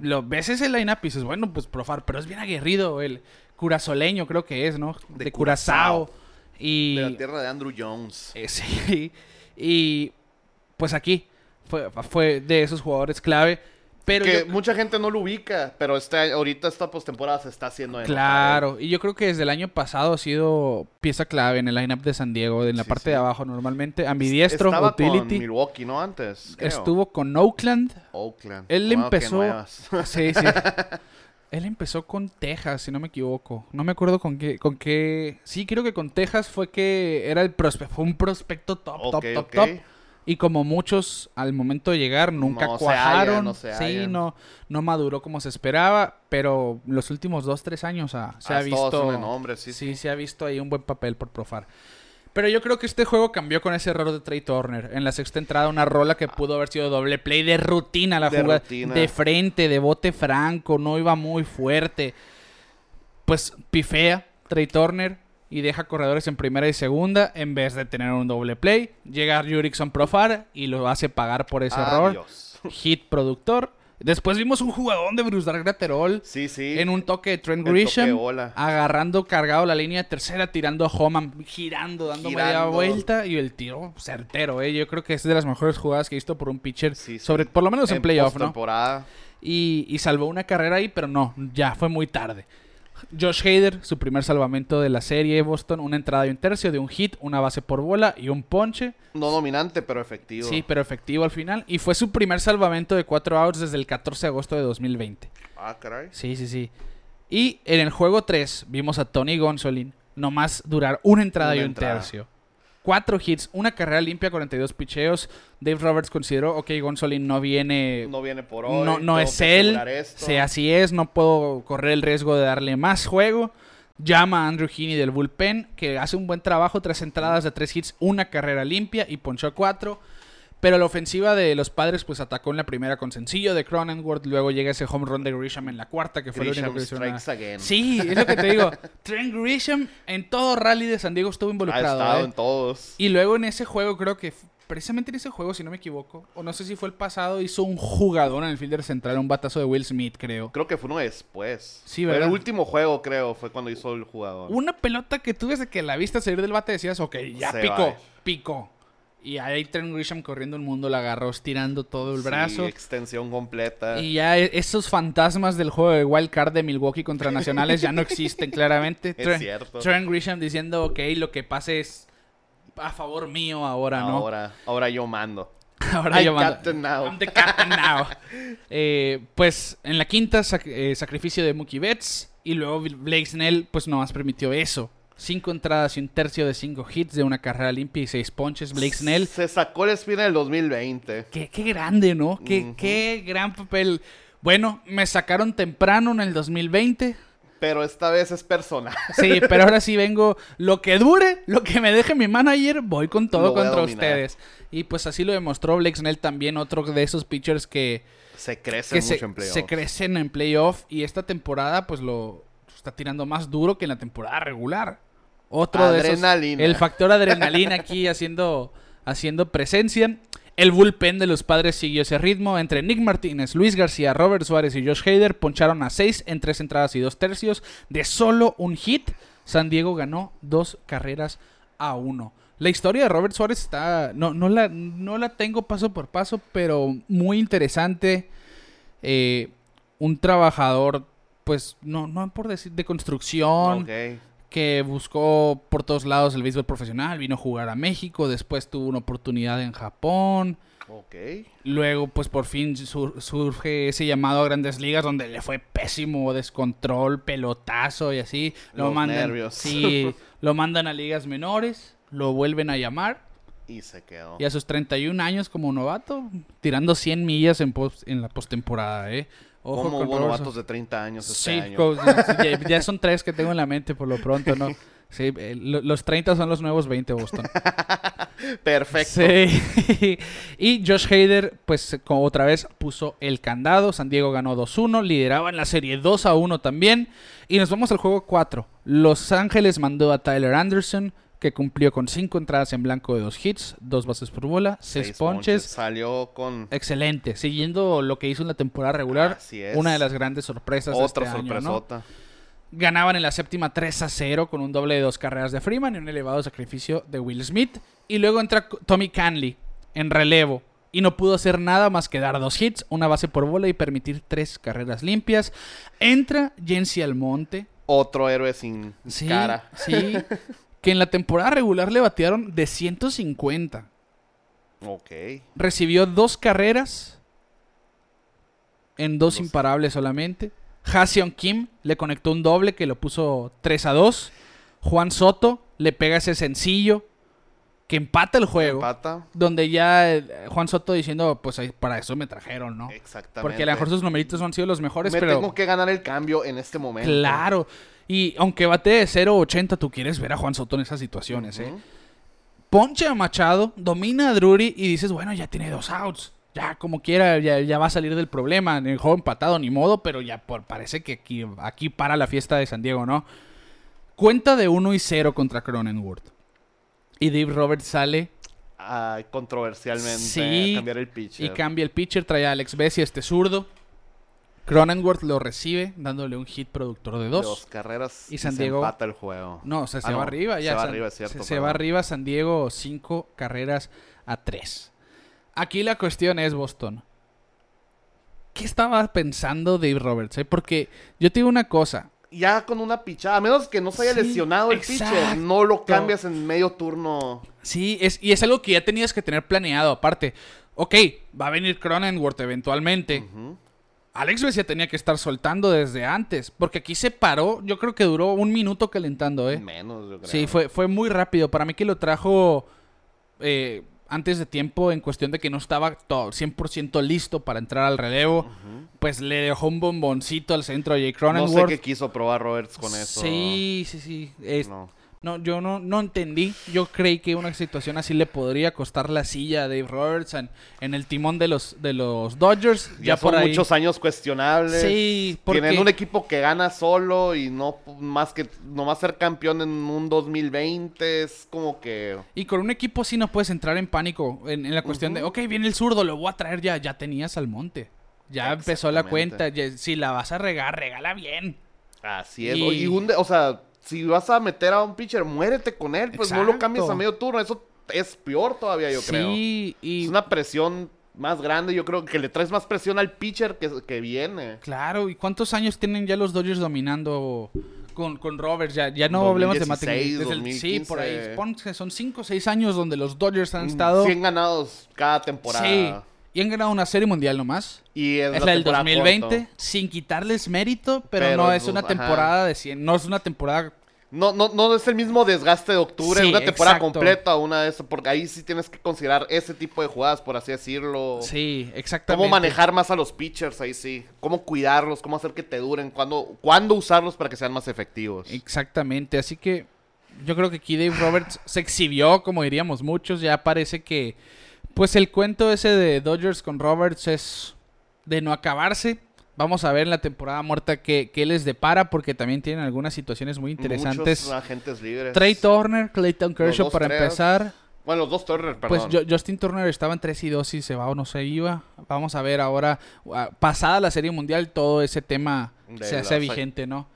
lo ves ese line-up y dices, bueno, pues profar, pero es bien aguerrido el curazoleño, creo que es, ¿no? De,
De
Curazao.
Curazao.
Y.
De la tierra de Andrew Jones.
eh, sí. Y. Pues aquí. Fue, fue de esos jugadores clave. Pero.
que
yo-
mucha gente no lo ubica, pero está, ahorita esta postemporada se está haciendo. de notar, ¿eh?
Claro, y yo creo que desde el año pasado ha sido pieza clave en el lineup de San Diego, en la
Sí,
parte
sí.
de abajo normalmente, ambidiestro,
Estaba con
utility,
Milwaukee, ¿no? Antes. creo.
estuvo con Oakland,
Oakland.
Él
Bueno, que
empezó.
nuevas.
Sí, sí. Él empezó con Texas, si no me equivoco. No me acuerdo con qué, con qué. Sí, creo que con Texas fue que era el prospecto, fue un prospecto top,
Ok,
top, top,
ok.
top. Y como muchos al momento de llegar nunca
No se
cuajaron,
hallan, no se
sí,
hallan.
no, no maduró como se esperaba, pero los últimos dos tres años ah, se
Ah,
ha
es todo
visto,
un nombre, sí,
sí, se ha visto ahí un buen papel por Profar. Pero yo creo que este juego cambió con ese error de Trey Turner. En la sexta entrada, una rola que pudo haber sido doble play de rutina la
De
jugada.
rutina.
De frente, de bote franco, no iba muy fuerte. Pues pifea Trey Turner y deja corredores en primera y segunda en vez de tener un doble play. Llega Jurickson Profar y lo hace pagar por
Ah,
ese error.
Adiós.
Hit productor. Después vimos un jugadón de Bruce Dark Graterol
Sí, sí.
en un toque de Trent
El toque de
Grisham,
bola.
agarrando cargado la línea de tercera, tirando a Homan, girando, dando media
Girando.
vuelta y el tiro certero, eh. Yo creo que es de las mejores jugadas que he visto por un pitcher,
Sí, sí.
sobre por lo menos en, playoff, ¿no?
postemporada.
Y, y salvó una carrera ahí, pero no, ya fue muy tarde. Josh Hader, su primer salvamento de la serie Boston, una entrada y un tercio de un hit, una base por bola y un ponche.
No dominante, pero efectivo.
Sí, pero efectivo al final. Y fue su primer salvamento de cuatro outs desde el 14 de agosto de 2020.
Ah, caray.
Sí, sí, sí. Y en el juego 3 vimos a Tony Gonsolin nomás durar una entrada
Una
y un
entrada.
tercio. Cuatro hits, una carrera limpia, 42 picheos. Dave Roberts consideró, ok, Gonsolin no viene...
No viene por hoy.
No, no
tengo
es
que
él.
asegurar esto.
Si así es, no puedo correr el riesgo de darle más juego. Llama a Andrew Heaney del bullpen, que hace un buen trabajo, tres entradas de tres hits, una carrera limpia y ponchó cuatro. Pero la ofensiva de los padres pues atacó en la primera con sencillo de Cronenworth, luego llega ese home run de Grisham en la cuarta, que fue lo único
Grisham
que hizo una-
strikes again.
Sí, es lo que te digo. Trent Grisham en todo rally de San Diego estuvo
Ha
involucrado.
estado
¿eh?
en todos.
Y luego en ese juego, creo que f- precisamente en ese juego, si no me equivoco, o no sé si fue el pasado, hizo un jugador en el fielder central, un batazo de Will Smith, creo.
Creo que fue uno después.
Sí,
Fue
¿verdad?
el último juego, creo, fue cuando hizo el jugador.
Una pelota que tú desde que la viste salir del bate decías, ok, ya
Se
picó,
va.
picó. Y ahí Trent Grisham corriendo un mundo la agarró, estirando todo el
Sí,
brazo.
extensión completa.
Y ya e- esos fantasmas del juego de Wild Card de Milwaukee contra Nacionales ya no existen claramente.
Es cierto.
Trent Grisham diciendo, ok, lo que pase es a favor mío ahora, ¿no?
Ahora, ahora yo mando.
Ahora
I
yo mando-
captain now.
I'm the captain now. Eh, pues en la quinta, sac- eh, sacrificio de Mookie Betts. Y luego Blake Snell, pues nomás permitió eso. Cinco entradas y un tercio de cinco hits de una carrera limpia y seis ponches. Blake Snell.
Se sacó el spin en el 2020.
Qué, qué grande, ¿no? Qué,
Ujú.
qué gran papel. Bueno, me sacaron temprano en el 2020.
Pero esta vez es personal.
Sí, pero ahora sí vengo. Lo que dure, lo que me deje mi manager, voy con todo
Lo voy a
contra
dominar.
ustedes. Y pues así lo demostró Blake Snell también, otro de esos pitchers que,
Se crece
que
mucho
se,
en playoffs.
se crecen en playoff y esta temporada pues lo está tirando más duro que en la temporada regular. Otro de esos-
Adrenalina.
el factor adrenalina aquí haciendo haciendo presencia El bullpen de los padres siguió ese ritmo. Entre Nick Martínez, Luis García, Robert Suárez y Josh Hader poncharon a 6 en 3 entradas y 2 tercios de solo un hit. San Diego ganó dos carreras a uno. La historia de Robert Suárez está. No, no, la, no la tengo paso por paso, pero muy interesante. Eh, un trabajador, pues, no, no por decir de construcción
Ok.
que buscó por todos lados el béisbol profesional, vino a jugar a México, después tuvo una oportunidad en Japón,
Ok.
luego pues por fin sur- surge ese llamado a grandes ligas donde le fue pésimo, descontrol, pelotazo y así. Lo
Los
mandan,
nervios.
sí, lo mandan a ligas menores, lo vuelven a llamar
Y se quedó.
y a sus 31 años como novato, tirando 100 millas en, post- en la postemporada, ¿eh? Ojo
Como
con
hubo
Robert
novatos de 30 años este
Sí,
año.
co- ya, ya son tres que tengo en la mente por lo pronto, ¿no? Sí, eh, lo- los 30 son los nuevos 20 Boston.
Perfecto.
Sí. y Josh Hader, pues co- otra vez puso el candado. San Diego ganó 2-1, lideraban la serie 2-1 también. Y nos vamos al juego 4. Los Ángeles mandó a Tyler Anderson, que cumplió con 5 entradas en blanco de 2 hits, 2 bases por bola, 6
Seis
ponches.
Salió con
Excelente, siguiendo lo que hizo en la temporada regular,
Así es.
una de las grandes sorpresas. de
otra
este año, ¿no?
sorpresota.
Ganaban en la séptima 3 a 0 con un doble de dos carreras de Freeman y un elevado sacrificio de Will Smith. Y luego entra C- Tommy Canley en relevo y no pudo hacer nada más que dar dos hits, una base por bola y permitir tres carreras limpias. Entra Jency Almonte.
Otro héroe sin
Sí,
cara.
sí. Que en la temporada regular le batearon de 150.
Ok.
Recibió dos carreras en dos
Dos.
imparables solamente. Haseon Kim le conectó un doble que lo puso 3 a 2. Juan Soto le pega ese sencillo que empata el juego.
Pata.
Donde ya eh, Juan Soto diciendo, pues ahí para eso me trajeron, ¿no?
Exactamente.
Porque a lo mejor sus numeritos no han sido los mejores,
Me
pero...
tengo que ganar el cambio en este momento.
Claro. Y aunque bate de 0.80, tú quieres ver a Juan Soto en esas situaciones, ¿eh?
Ujú.
Ponche a Machado, domina a Drury y dices, bueno, ya tiene dos outs. Ya, como quiera, ya, ya va a salir del problema. En el juego empatado, ni modo, pero ya por, parece que aquí, aquí para la fiesta de San Diego, ¿no? Cuenta de 1 y 0 contra Cronenworth. Y Dave Roberts sale
Ay, controversialmente.
Sí.
Cambiar el pitch.
y cambia el pitcher, trae a Alex Bessie, este zurdo. Cronenworth lo recibe, dándole un hit productor de dos.
Dos carreras.
Y San Diego-
Se empata el juego.
No, o sea, se
Ah,
va
no,
arriba ya.
Se va
San-
arriba, es cierto.
se- se va
perdón.
arriba San Diego cinco carreras a tres. Aquí la cuestión es Boston. ¿Qué estaba pensando Dave Roberts? eh? Porque yo te digo una cosa.
Ya con una pichada. A menos que no se haya
Sí,
lesionado el
exacto.
pitcher. No lo cambias en medio turno.
Sí, es, y es algo que ya tenías que tener planeado. Aparte, ok, va a venir Cronenworth eventualmente.
Ujú.
Alex Vesia tenía que estar soltando desde antes. Porque aquí se paró. Yo creo que duró un minuto calentando, ¿eh?
Menos, yo creo.
Sí, fue, fue muy rápido. Para mí que lo trajo eh, antes de tiempo en cuestión de que no estaba to- 100% listo para entrar al relevo. Pues le dejó un bomboncito al centro de Jay
No
Cronenworth.
sé qué quiso probar Roberts con eso.
Sí, sí, sí. Es- no.
No.
yo no, no entendí. Yo creí que una situación así le podría costar la silla a Dave Roberts en, en el timón de los, de los Dodgers. Ya,
Ya, son
por ahí.
muchos años cuestionables.
Sí,
Tienen
porque-
un equipo que gana solo y no más que nomás ser campeón en un 2020 es como que
Y con un equipo sí no puedes entrar en pánico. En, en la cuestión de, ok, viene el zurdo, lo voy a traer ya. Ya tenías al monte. Ya empezó la cuenta. ya- si la vas a regar, regala bien.
así es.
Y-
O- Y, un de- o sea, si vas a meter a un pitcher, muérete con él, pues no lo cambies
Exacto.
a medio turno, eso es peor todavía yo creo.
sí, y
Es una presión más grande, yo creo que le traes más presión al pitcher que, que viene.
claro, ¿y cuántos años tienen ya los Dodgers dominando con, con Roberts? Ya, ya no hablemos de Matt
2016,
Desde el- Sí, por ahí.
2015.
pon que son 5 o 6 años donde los Dodgers han estado...
100 ganados cada Mm, temporada.
sí, y han ganado una serie mundial nomás.
Y es,
Es la del
temporada
2020,
corto.
sin quitarles mérito, pero,
Pero
no
es
es
un-
una
ajá.
temporada de 100, no es una temporada
No, no, no es el mismo desgaste de octubre,
Sí,
una temporada
exacto.
completa, una de esas, porque ahí sí tienes que considerar ese tipo de jugadas, por así decirlo.
Sí, exactamente.
Cómo manejar más a los pitchers, ahí sí. Cómo cuidarlos, cómo hacer que te duren, cuándo, cuándo usarlos para que sean más efectivos.
Exactamente, así que yo creo que aquí Dave Roberts se exhibió, como diríamos muchos, ya parece que pues el cuento ese de Dodgers con Roberts es de no acabarse. Vamos a ver en la temporada muerta qué, qué les depara, porque también tienen algunas situaciones muy interesantes.
Muchos agentes libres.
Trey Turner, Clayton
Los
Kershaw
dos
para
tres.
empezar,
Bueno, los dos Turner, perdón.
Pues Jo- Justin Turner estaba en 3 y 2 y se va o no se iba. Vamos a ver ahora, ah, pasada la Serie Mundial, todo ese tema
De
se hace
la-
vigente, ¿no?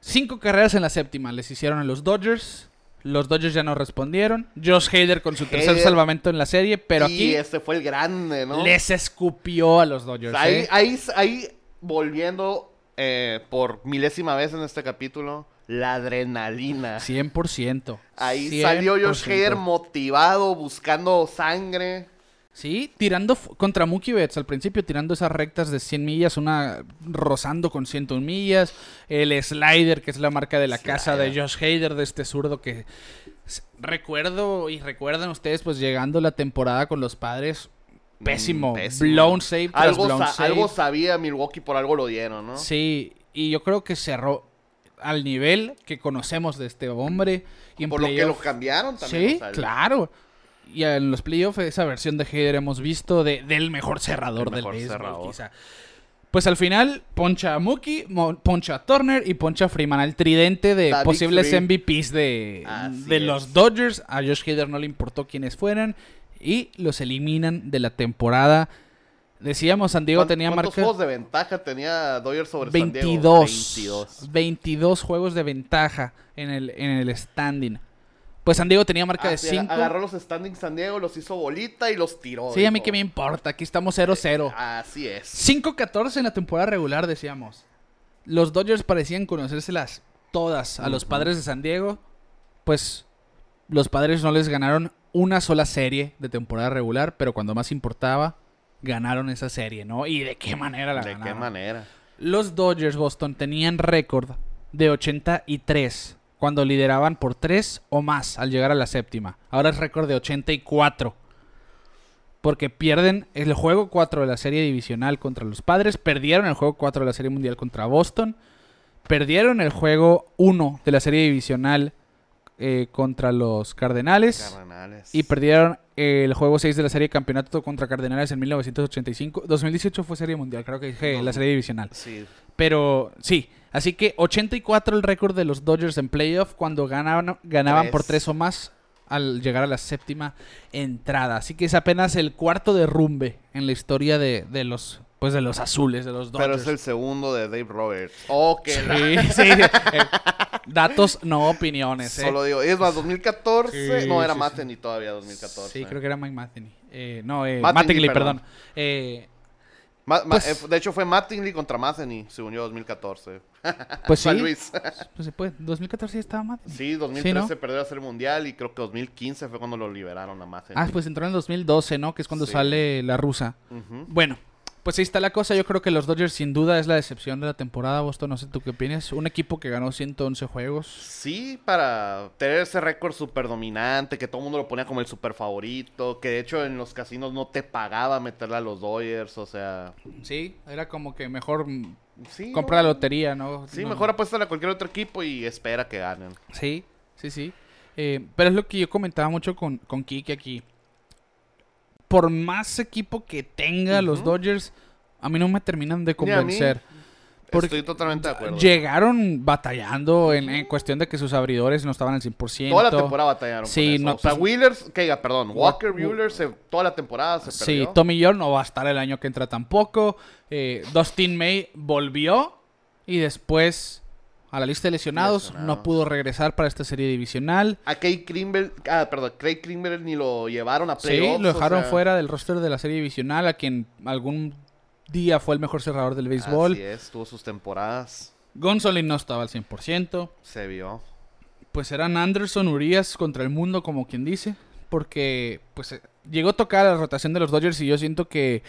Cinco carreras en la séptima les hicieron a los Dodgers. Los Dodgers ya no respondieron. Josh Hader con su tercer
Hader.
salvamento en la serie, pero
y
aquí
este fue el grande, ¿no?
les escupió a los Dodgers.
Ahí,
¿eh?
ahí, ahí volviendo eh, por milésima vez en este capítulo, la adrenalina.
100%.
Ahí salió
100%.
Josh Hader motivado, buscando sangre.
Sí, tirando fu- contra Mookie Betts al principio, tirando esas rectas de 100 millas, una rozando con 101 millas, el slider, que es la marca de la casa de
Slider.
Josh Hader, de este zurdo que s- recuerdo y recuerdan ustedes, pues llegando la temporada con los padres, pésimo,
Mm, pésimo.
blown save tras
Algo,
blown
sa-
save.
algo sabía Milwaukee, por algo lo dieron, ¿no?
Sí, y yo creo que cerró al nivel que conocemos de este hombre. Y en
por lo que
playoff-
lo cambiaron también.
Sí,
o sea, el-
claro. Y en los playoffs esa versión de Hader hemos visto de- del mejor cerrador del
El mejor
béisbol,
cerrador.
quizá. Pues al final, poncha a Mookie, mo- poncha a Turner y poncha a Freeman. Al tridente de
La Big
posibles
Three.
MVPs de,
Así
de
es.
los Dodgers. A Josh Hader no le importó quiénes fueran y los eliminan de la temporada. Decíamos, San Diego
¿Cuán-
tenía
¿Cuántos
marca...
juegos de ventaja tenía Dodgers sobre San Diego?
22,
22.
22 juegos de ventaja en el, en el standing. Pues San Diego tenía marca de
Así,
5.
Ah, Agarró los standings San Diego, los hizo bolita y los tiró.
Sí, a mí
dijo.
que me importa. Aquí estamos 0-0.
Así es.
5-14 en la temporada regular, decíamos. Los Dodgers parecían conocérselas todas a los padres de San Diego. Pues los padres no les ganaron una sola serie de temporada regular, pero cuando más importaba, ganaron esa serie, ¿no? ¿Y de qué manera la
¿De
ganaron?
qué manera?
Los Dodgers Boston tenían récord de 83 cuando lideraban por 3 o más al llegar a la séptima. Ahora es récord de 84. Porque pierden el juego 4 de la serie divisional contra los padres, perdieron el juego 4 de la serie mundial contra Boston, perdieron el juego 1 de la serie divisional eh, contra los Cardenales.
Cardenales.
Y perdieron el juego 6 de la serie de campeonato contra Cardenales en 1985. 2018 fue serie mundial, creo que dije la serie divisional.
Sí.
Pero sí, así que 84 el récord de los Dodgers en playoff cuando ganaban, ganaban
Tres.
por 3 o más al llegar a la séptima entrada. Así que es apenas el cuarto derrumbe en la historia de, de los pues de los azules, de los
Pero
Dodgers.
es el segundo de Dave Roberts. Oh, que la-
Sí, sí. eh, datos, no opiniones. ¿eh?
Solo digo, es más, 2014.
Sí,
no, era
sí,
Matten y todavía 2014.
Sí, creo que era Mike Matheny. Eh, no, eh,
Matheny,
Mattingly,
perdón.
perdón. Eh,
Ma- ma-
Pues-
eh, de hecho, fue Mattingly contra Matheny, según yo, 2014.
pues sí,
San Luis.
pues se puede. 2014 ya estaba Matheny.
sí, 2013
Sí,
perdió a ser mundial y creo que 2015 fue cuando lo liberaron a Matheny.
Ah, pues entró en el 2012, ¿no? Que es cuando
Sí.
sale la rusa.
Ujú.
Bueno, pues ahí está la cosa. Yo creo que los Dodgers sin duda es la decepción de la temporada. Boston, no sé tú qué opinas. Un equipo que ganó 111 juegos.
Sí, para tener ese récord súper dominante, que todo el mundo lo ponía como el súper favorito, que de hecho en los casinos no te pagaba meterle a los Dodgers, o sea...
Sí, era como que mejor mm,
Sí,
compra
¿no?
la lotería, ¿no?
Sí,
No.
mejor apuéstale a cualquier otro equipo y espera que ganen.
Sí, sí, sí. Eh, pero es lo que yo comentaba mucho con, con Kike aquí. Por más equipo que tenga los Dodgers, a mí no me terminan de
Ni a mí.
convencer. Porque-
Estoy totalmente de acuerdo.
Llegaron batallando en, en cuestión de que sus abridores no estaban al 100%.
Toda la temporada batallaron.
Sí,
Sí, eso.
no,
o sea,
pues-
Wheelers, que diga, perdón, Walker
Wa-
Wheeler se- toda la temporada se perdió.
Sí, Tommy York no va a estar el año que entra tampoco. Eh, Dustin May volvió y después a la lista de lesionados,
Lesionados.
no pudo regresar para esta serie divisional.
A Craig Kimbrel, ah, perdón, Craig Kimbrel ni lo llevaron a
Sí,
playoffs.
lo
o
dejaron
sea,
fuera del roster de la serie divisional, a quien algún día fue el mejor cerrador del
Así
béisbol.
es, tuvo sus temporadas,
Gonzolin no estaba al 100%.
se vio.
Pues eran Anderson Urias contra el mundo, como quien dice. Porque pues eh, llegó a tocar la rotación de los Dodgers y yo siento que,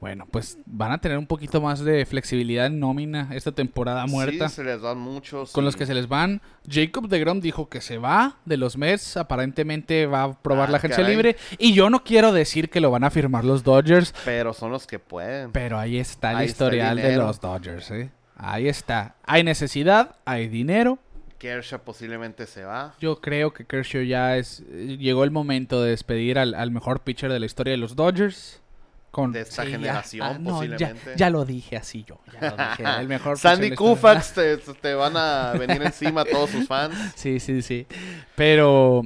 bueno, pues van a tener un poquito más de flexibilidad en nómina esta temporada muerta.
Sí, se les dan muchos.
Con los que se les van, Jacob DeGrom dijo que se va de los Mets, aparentemente va a probar
Ah,
la agencia
caray.
libre y yo no quiero decir que lo van a firmar los Dodgers,
Pero son los que pueden.
pero ahí está el
Ahí está el
historial de
dinero.
los Dodgers, ¿eh? Ahí está. Hay necesidad, hay dinero,
Kershaw posiblemente se va.
Yo creo que Kershaw ya es. eh, Llegó el momento de despedir al, al mejor pitcher de la historia de los Dodgers. Con,
De
ya,
esta
Ah,
generación,
no, ya-
posiblemente.
Ya, lo dije así yo. Ya lo dije. El mejor
Sandy
pitcher de la historia.
Koufax te, te van a venir encima todos sus fans.
Sí, sí, sí. Pero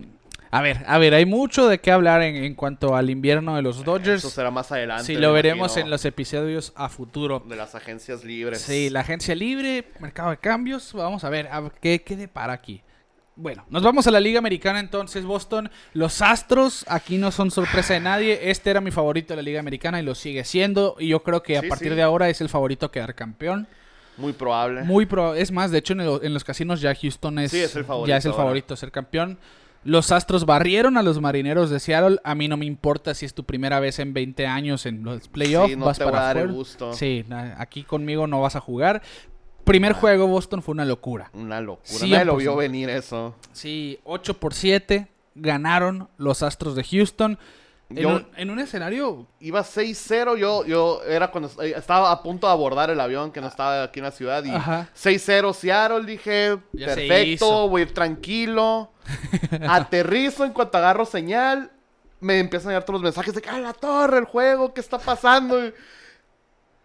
A ver, a ver, hay mucho de qué hablar en, en cuanto al invierno de los
Eso
Dodgers.
será más adelante.
Si
me
lo veremos
imagino,
en los episodios a futuro.
De las agencias libres.
Sí, la agencia libre, mercado de cambios. Vamos a ver a qué, qué depara aquí. Bueno, nos vamos a la Liga Americana entonces, Boston. Los Astros, aquí no son sorpresa de nadie. Este era mi favorito de la Liga Americana y lo sigue siendo. Y yo creo que a
Sí,
partir
sí.
de ahora es el favorito a quedar campeón.
Muy probable.
Muy pro, es más, de hecho en, el- en los casinos ya Houston es,
Sí, es el favorito
ya es el
ahora.
favorito a ser campeón. Los Astros barrieron a los Marineros de Seattle. A mí no me importa si es tu primera vez en 20 años en los playoffs.
Sí, no
vas
te va
para
a dar el
fuera.
gusto.
Sí, na- aquí conmigo no vas a jugar. Primer
Ah.
juego Boston fue una locura.
Una locura. Nadie lo
100%.
vio venir eso.
Sí, 8 por 7 ganaron los Astros de Houston. En,
Yo-
un, en un escenario
Iba 6-0, yo, yo era cuando eh, estaba a punto de abordar el avión que no estaba aquí en la ciudad y
Ah. Ajá.
6-0 Seattle, dije,
Ya se hizo.
perfecto, voy a ir tranquilo, aterrizo en cuanto agarro señal, me empiezan a llegar todos los mensajes de que, ¡ah, la torre, el juego, qué está pasando! Y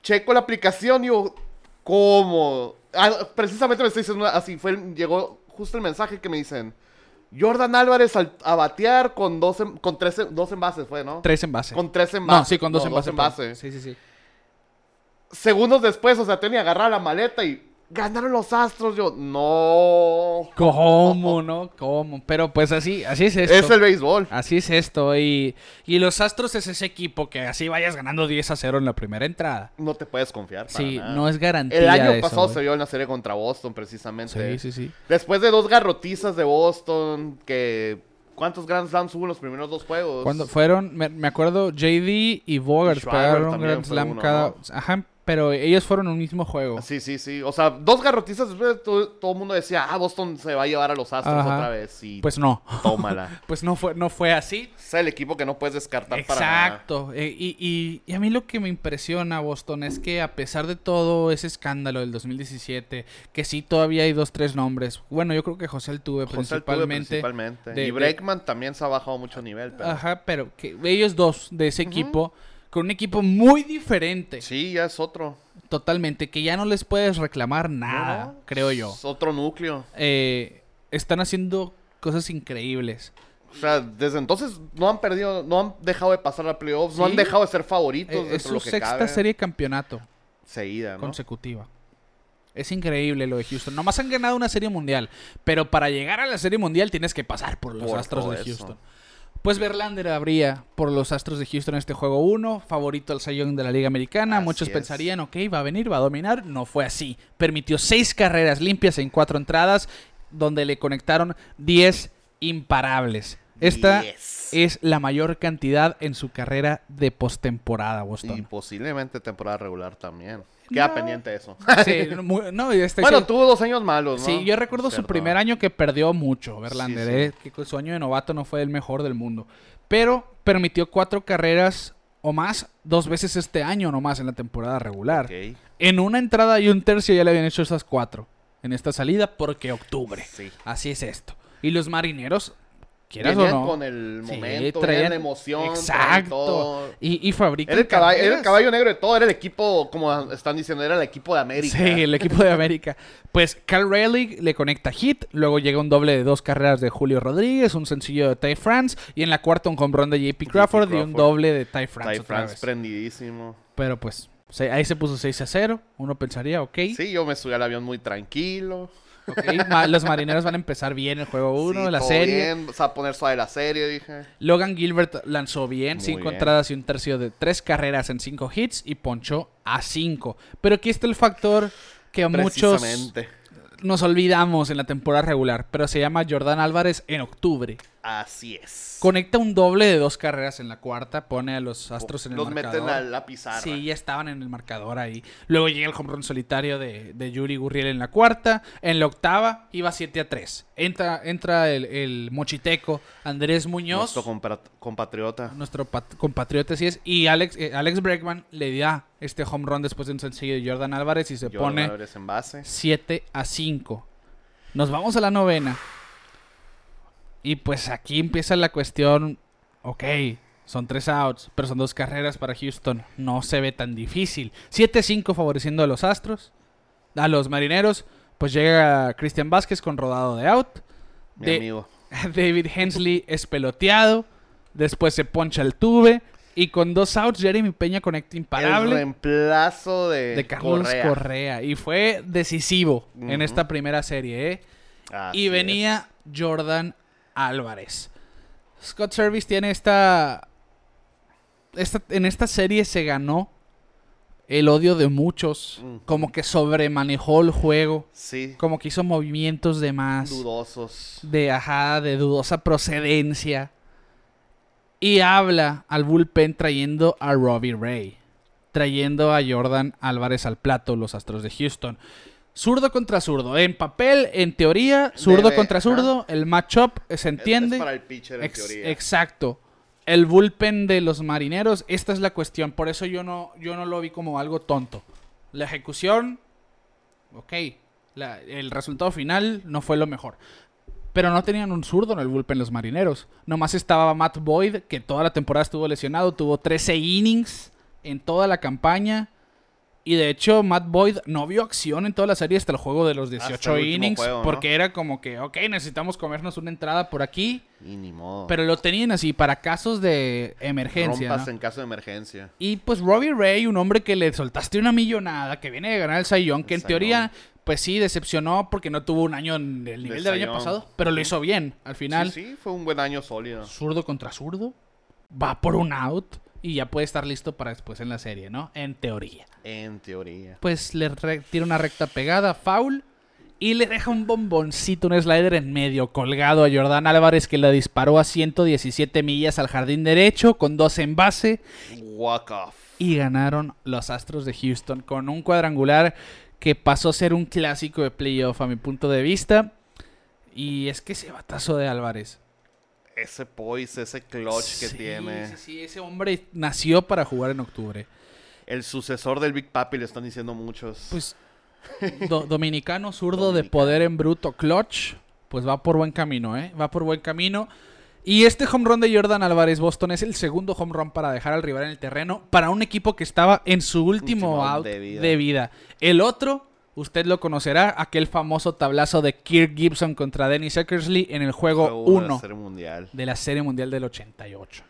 checo la aplicación y digo, ¿cómo? Ah, precisamente me estoy diciendo así, fue, el- llegó justo el mensaje que me dicen, Jordan Álvarez al- a batear con dos, en- con tres, en- dos envases fue, ¿no?
3 en base.
Con tres envases.
no, sí, con 2 en base. perdón. Sí, sí, sí.
Segundos después, o sea, tenía agarrar la maleta y ganaron los astros. Yo, no.
¿Cómo, no? ¿Cómo? Pero pues así, así es esto.
Es el béisbol.
Así es esto. Y, y los Astros es ese equipo que así vayas ganando 10 a 0 en la primera entrada.
No te puedes confiar. para
Sí,
nada.
no es garantía.
El año
eso,
pasado
güey.
se ¿eh? vio en la serie contra Boston, precisamente.
Sí, sí, sí.
Después de dos garrotizas de Boston, que. ¿Cuántos Grand Slams hubo en los primeros dos juegos?
Cuando fueron, me, me acuerdo, JD y Bogart
Y Schwarber
pegaron un
también
Grand
fue
Slam
uno,
cada.
¿no?
Ajá, pero ellos fueron un mismo juego.
Sí, sí, sí. O sea, dos garrotizas después todo, todo el mundo decía, ah, Boston se va a llevar a los astros
Ajá.
otra vez. Y
Pues no.
tómala.
Pues no fue, no fue así.
es el equipo que no puedes descartar para nada.
Exacto. Eh, y, y- y a mí lo que me impresiona, Boston, es que a pesar de todo ese escándalo del 2017, que sí todavía hay dos, tres nombres. Bueno, yo creo que José Altuve
José Altuve
principalmente.
principalmente.
de- Ah. de-
y Breckman también se ha bajado mucho nivel. Pero...
Ajá, pero que ellos dos de ese equipo, con un equipo muy diferente,
Sí, ya es otro.
totalmente, que ya no les puedes reclamar nada,
No, no,
creo yo.
Es otro núcleo.
Eh, están haciendo cosas increíbles.
O sea, desde entonces no han perdido, no han dejado de pasar a playoffs, no
Sí.
han dejado de ser favoritos.
Eh,
dentro
es
de
su
lo que
sexta
cabe.
serie de campeonato
Seguida, ¿no?
consecutiva. Es increíble lo de Houston. Nomás han ganado una serie mundial, pero para llegar a la serie mundial tienes que pasar por los
Por
Astros
todo
de
eso.
Houston. Pues Verlander habría por los Astros de Houston en este juego 1, favorito al sayón de la Liga Americana.
Así
Muchos
es.
pensarían, ok, va a venir, va a dominar. No fue así. Permitió seis carreras limpias en cuatro entradas, donde le conectaron 10 imparables. Esta
Yes.
es la mayor cantidad en su carrera de postemporada, Boston.
Y posiblemente temporada regular también. Queda
No.
pendiente eso.
Sí, no, mu- no, y este
bueno,
sí.
tuvo dos años malos, ¿no?
Sí, yo recuerdo su
Cierto.
primer año que perdió mucho, Verlander,
Sí, sí.
eh, que con su año de novato no fue el mejor del mundo. Pero permitió cuatro carreras o más dos veces este año nomás en la temporada regular.
Ok.
En una entrada y un tercio ya le habían hecho esas cuatro en esta salida porque octubre.
Sí.
Así es esto. Y los marineros, quieras o
Venían
no.
con el
sí,
momento,
traían-
venían la emoción. traían
Exacto.
todo.
Y, y fabrican.
Era el, caballo, era el
carreras.
caballo negro de todo, era el equipo, como están diciendo, era el equipo de América.
Sí, el equipo de América. Pues Cal Raleigh le conecta hit, luego llega un doble de dos carreras de Julio Rodríguez, un sencillo de Ty France y en la cuarta un hombrón de JP Crawford, y un
Crawford.
doble de Ty France.
Ty
otra
France
vez.
prendidísimo.
Pero pues se- ahí se puso 6 a 0, uno pensaría, ok,
Sí, yo me subí al avión muy tranquilo.
ok, ma- los marineros van a empezar bien el juego 1,
Sí,
la
todo
serie.
bien, o sea, poner suave la serie, dije.
Logan Gilbert lanzó bien,
Muy
cinco
bien.
entradas y un tercio de tres carreras en cinco hits y ponchó a cinco. Pero aquí está el factor que a muchos
Precisamente.
nos olvidamos en la temporada regular, pero se llama Jordan Álvarez en octubre.
Así es.
Conecta un doble de dos carreras en la cuarta, pone a los Astros en el
Los
marcador.
meten a la pizarra.
Sí, ya estaban en el marcador ahí. Luego llega el home run solitario de, de Yuri Gurriel en la cuarta. En la octava iba 7 a 3. Entra, entra el, el mochiteco Andrés Muñoz,
Nuestro
nuestro,
compra- compatriota.
pat- compatriota, así es. Y Alex, eh, Alex Bregman le da este home run después de un sencillo de Jordan Álvarez y se
Jordan
pone
Álvarez en base.
7 a 5. Nos vamos a la novena. Y pues aquí empieza la cuestión. Ok, son tres outs, pero son dos carreras para Houston. No se ve tan difícil. 7-5 favoreciendo a los Astros. A los Marineros, pues llega Christian Vázquez con rodado de out.
Mi
De-
amigo.
David Hensley es peloteado. Después se poncha el tube. Y con dos outs, Jeremy Peña conecta
El
imparable
reemplazo de,
de Carlos Correa. Y fue decisivo en
Ujú.
esta primera serie. ¿eh?
Así
Y
es.
venía Jordan Álvarez. Scott Service tiene esta, esta- En esta serie se ganó el odio de muchos.
Ujú.
Como que sobremanejó el juego.
Sí,
Como que hizo movimientos de más.
dudosos.
De ajá, de dudosa procedencia. Y habla al bullpen trayendo a Robbie Ray. Trayendo a Jordan Álvarez al plato, los Astros de Houston. Zurdo contra zurdo. En papel, en teoría, zurdo
Debe,
contra
ajá.
zurdo. El matchup eh, se
Es-
entiende.
Es para el pitcher, en
Ex-
teoría.
Exacto. El bullpen de los marineros, esta es la cuestión. Por eso yo no, yo no lo vi como algo tonto. La ejecución, ok. La- el resultado final no fue lo mejor. Pero no tenían un zurdo en el bullpen los marineros. Nomás estaba Matt Boyd, que toda la temporada estuvo lesionado. Tuvo 13 innings en toda la campaña. Y de hecho, Matt Boyd no vio acción en toda la serie hasta el juego de los
Hasta
18
el último
innings.
juego, ¿no?
Porque era como que, ok, necesitamos comernos una entrada por aquí.
Y ni modo.
Pero lo tenían así para casos de emergencia.
Rompas
¿no?
en caso de emergencia.
Y pues Robbie Ray, un hombre que le soltaste una millonada, que viene de ganar el Cy Young, que
El
en
Cy
teoría, pues sí, decepcionó porque no tuvo un año en el nivel del
Cy
año
Young.
pasado, pero lo hizo bien. Al final,
Sí, sí, fue un buen año sólido.
zurdo contra zurdo, va por un out y ya puede estar listo para después en la serie, ¿no? En teoría.
En teoría.
Pues le re- tira una recta pegada, foul. Y le deja un bomboncito, un slider en medio, colgado a Jordán Álvarez, que la disparó a 117 millas al jardín derecho, con dos en base.
Walk off.
Y ganaron los Astros de Houston con un cuadrangular que pasó a ser un clásico de playoff, a mi punto de vista. Y es que ese batazo de Álvarez.
Ese poise, ese clutch que
Sí,
tiene.
Sí, sí, ese hombre nació para jugar en octubre.
El sucesor del Big Papi, le están diciendo muchos.
Pues do- dominicano zurdo de
Dominicano.
poder en bruto, clutch, pues va por buen camino, ¿eh? Va por buen camino. Y este home run de Jordan Álvarez Boston es el segundo home run para dejar al rival en el terreno para un equipo que estaba en su último,
Último
out de
de
vida.
vida.
El otro, usted lo conocerá, aquel famoso tablazo de Kirk Gibson contra Dennis Eckersley en el
Fue
juego
uno de
1
Serie mundial.
de la Serie Mundial del 88.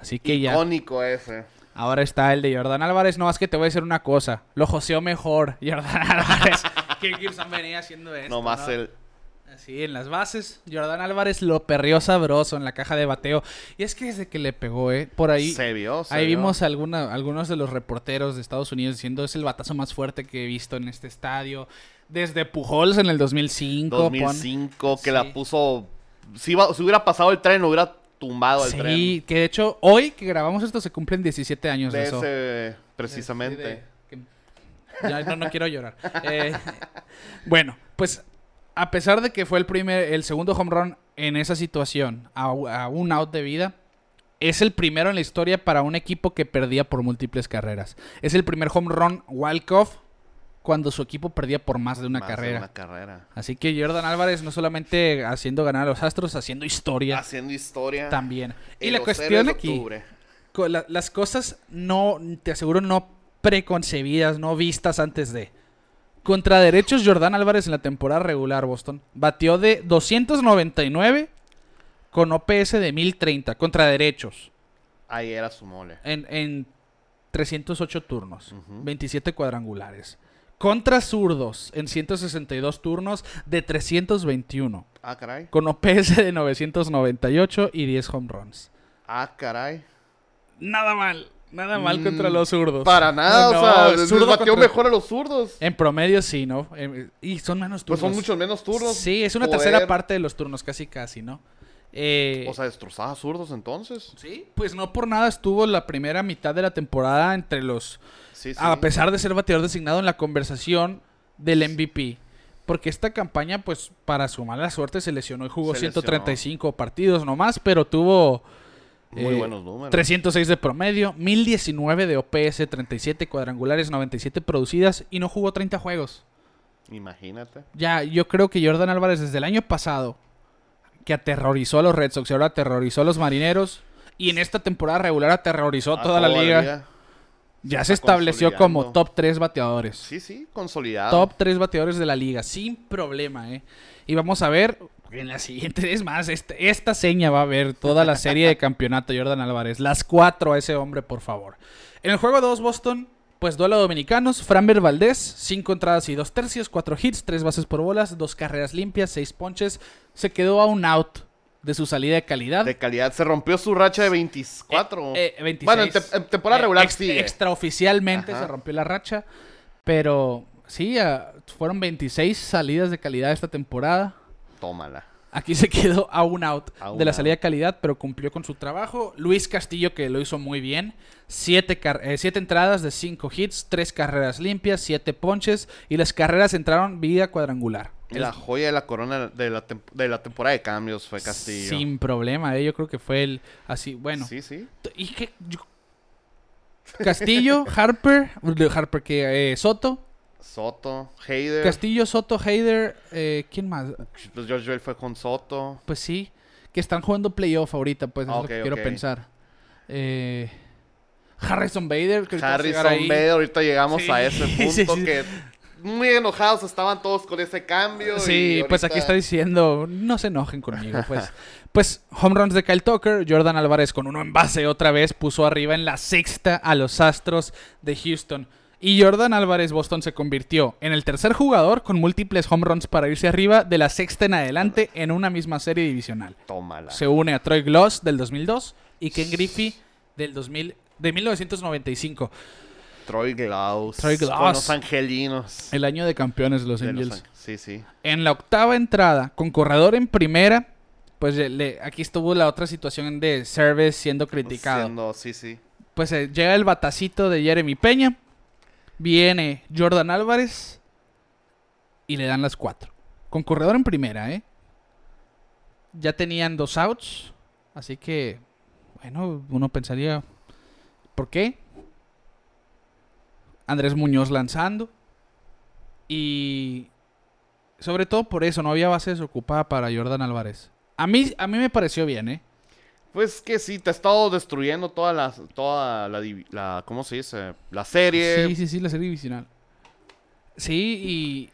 Así que ya.
Icónico ese.
Ahora está el de Jordan Álvarez. No, es que te voy a decir una cosa. Lo joseó mejor Jordan Álvarez. Kirk Gibson venía haciendo esto.
Nomás
¿no?
el.
Así, en las bases. Jordan Álvarez lo perrió sabroso en la caja de bateo. Y es que desde que le pegó, ¿eh? Por ahí...
se vio. se
Ahí
vio.
vimos alguna, algunos de los reporteros de Estados Unidos diciendo es el batazo más fuerte que he visto en este estadio. Desde Pujols en el 2005. pon-
2005, que
Sí.
la puso. Si, iba- si hubiera pasado el tren, lo hubiera tumbado el
Sí,
tren.
que de hecho hoy que grabamos esto se cumplen 17 años de,
De
eso.
ese, precisamente.
Sí, de- que- Ya, no, no quiero llorar. Eh, bueno, pues a pesar de que fue el primer, el segundo home run en esa situación, a, u- a un out de vida, es el primero en la historia para un equipo que perdía por múltiples carreras. Es el primer home run walk-off cuando su equipo perdía por más de una
Más de
carrera.
Una carrera.
Así que Jordan Álvarez no solamente haciendo ganar a los Astros, haciendo historia
Haciendo historia.
también. Y
en
la
los
cuestión
héroes de
aquí
octubre.
co- la- las cosas no, te aseguro, no preconcebidas, no vistas antes de. Contra derechos, Jordán Álvarez en la temporada regular, Boston. Batió de 299 con OPS de 1030. Contra derechos.
Ahí era su mole.
En, en 308 turnos.
Ujú.
27 cuadrangulares. Contra zurdos en 162 turnos de 321.
Ah, caray.
Con OPS de 998 y 10 home runs.
Ah, caray.
Nada mal. Nada mal
Mm,
contra los zurdos.
Para nada,
No,
o sea,
el
zurdo
zurdo
batió
contra- Eh,
mejor a los zurdos.
En promedio sí, ¿no? Em, Y son menos
Pues
turnos.
son muchos menos turnos.
Sí, es una
Joder.
tercera parte de los turnos, casi casi, ¿no? Eh,
O sea, destrozaba a zurdos entonces.
sí, pues no por nada estuvo la primera mitad de la temporada entre los...
Sí, sí.
A pesar de ser bateador designado en la conversación del MVP. Porque esta campaña, pues, para su mala suerte se lesionó y jugó
Se
135 partidos nomás, pero tuvo...
Muy
eh,
buenos números.
306 de promedio, 1019 de OPS, 37 cuadrangulares, 97 producidas y no jugó 30 juegos.
Imagínate.
Ya, yo creo que Jordan Álvarez desde el año pasado, que aterrorizó a los Red Sox y
Ah,
ahora aterrorizó a los Marineros, y en esta temporada regular aterrorizó a
A
toda la liga. Ya
está
se estableció como
consolidando.
top 3 bateadores.
Sí, sí, consolidado.
Top 3 bateadores de la liga, sin problema, ¿eh? Y vamos a ver, en la siguiente, es más, este- esta seña va a ver toda la serie de campeonato Jordan Álvarez. Las cuatro a ese hombre, por favor. En el juego 2, Boston, pues duelo a dominicanos. Framber Valdés, 5 entradas y 2 tercios, 4 hits, 3 bases por bolas, 2 carreras limpias, 6 ponches. Se quedó a un out de su salida de calidad.
De calidad. Se rompió su racha de 24.
Eh, eh, 26.
Bueno, en, te- en temporada
Eh,
regular
ex-
sí.
Extraoficialmente
Ajá.
se rompió la racha. Pero sí, ah, fueron 26 salidas de calidad esta temporada.
Tómala.
Aquí se quedó a un out
A un
de la
out.
salida de calidad, pero cumplió con su trabajo. Luis Castillo, que lo hizo muy bien. Siete, car- eh, siete entradas de cinco hits, tres carreras limpias, siete ponches. Y las carreras entraron vía cuadrangular.
La joya de la corona de la, tem- de la temporada de cambios fue Castillo.
Sin problema, eh, yo creo que fue el así. Bueno,
Sí, sí.
T- ¿Y qué? Yo- Castillo, Harper, de Harper que eh, Soto,
Soto, Hayder.
Castillo, Soto, Hayder, eh, ¿quién más?
Pues George Bell fue con Soto.
Pues sí, que están jugando playoff ahorita, pues eso
Ah,
es lo que
ok,
quiero
ok.
pensar. Eh, Harrison Bader, que ahorita vamos a llegar
Harrison
ahí.
Bader, ahorita llegamos
Sí,
a ese punto
sí, sí.
que muy enojados estaban todos con ese cambio.
Sí,
y
pues
ahorita-
aquí está diciendo, no se enojen conmigo, pues. pues home runs de Kyle Tucker, Jordan Álvarez con uno en base otra vez puso arriba en la sexta a los Astros de Houston. Y Jordan Álvarez Boston se convirtió en el tercer jugador con múltiples home runs para irse arriba de la sexta en adelante en una misma serie divisional.
Tómala.
Se une a Troy Gloss del 2002 y Ken Griffey del 2000 de 1995,
Troy Glaus.
Troy
Con
Glaus.
los angelinos.
el año de campeones de los
de los
Angels.
ang- sí, sí.
En la octava entrada, con corredor en primera, pues le- le- aquí estuvo la otra situación de Service siendo criticado.
Siendo- sí, sí.
Pues eh, llega el batacito de Jeremy Peña, viene Jordan Álvarez y le dan las cuatro. Con corredor en primera, ¿eh? Ya tenían dos outs, así que, bueno, uno pensaría, ¿por qué? Andrés Muñoz lanzando y sobre todo por eso, no había base desocupada para Jordan Álvarez. A mí, a mí me pareció bien, ¿eh?
Pues que sí, te ha estado destruyendo toda la, toda la, divi- la- ¿cómo se dice? La serie.
Sí, sí, sí, la serie divisional. Sí,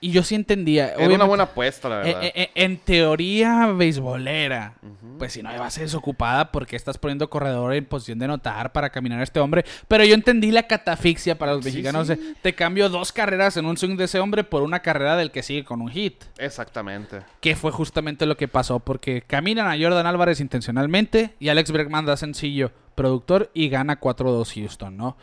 y, y yo sí entendía.
Era una
obviamente,
buena apuesta, la verdad.
eh, eh, eh, en teoría beisbolera,
Ujú.
pues si no va a ser desocupada porque estás poniendo corredor en posición de notar para caminar a este hombre. Pero yo entendí la catafixia para los
Sí,
mexicanos.
sí.
de, Te cambio dos carreras en un swing de ese hombre por una carrera del que sigue con un hit.
Exactamente.
Que fue justamente lo que pasó, porque caminan a Jordan Álvarez intencionalmente y Alex Bregman da sencillo, productor, y gana 4-2 Houston, ¿no?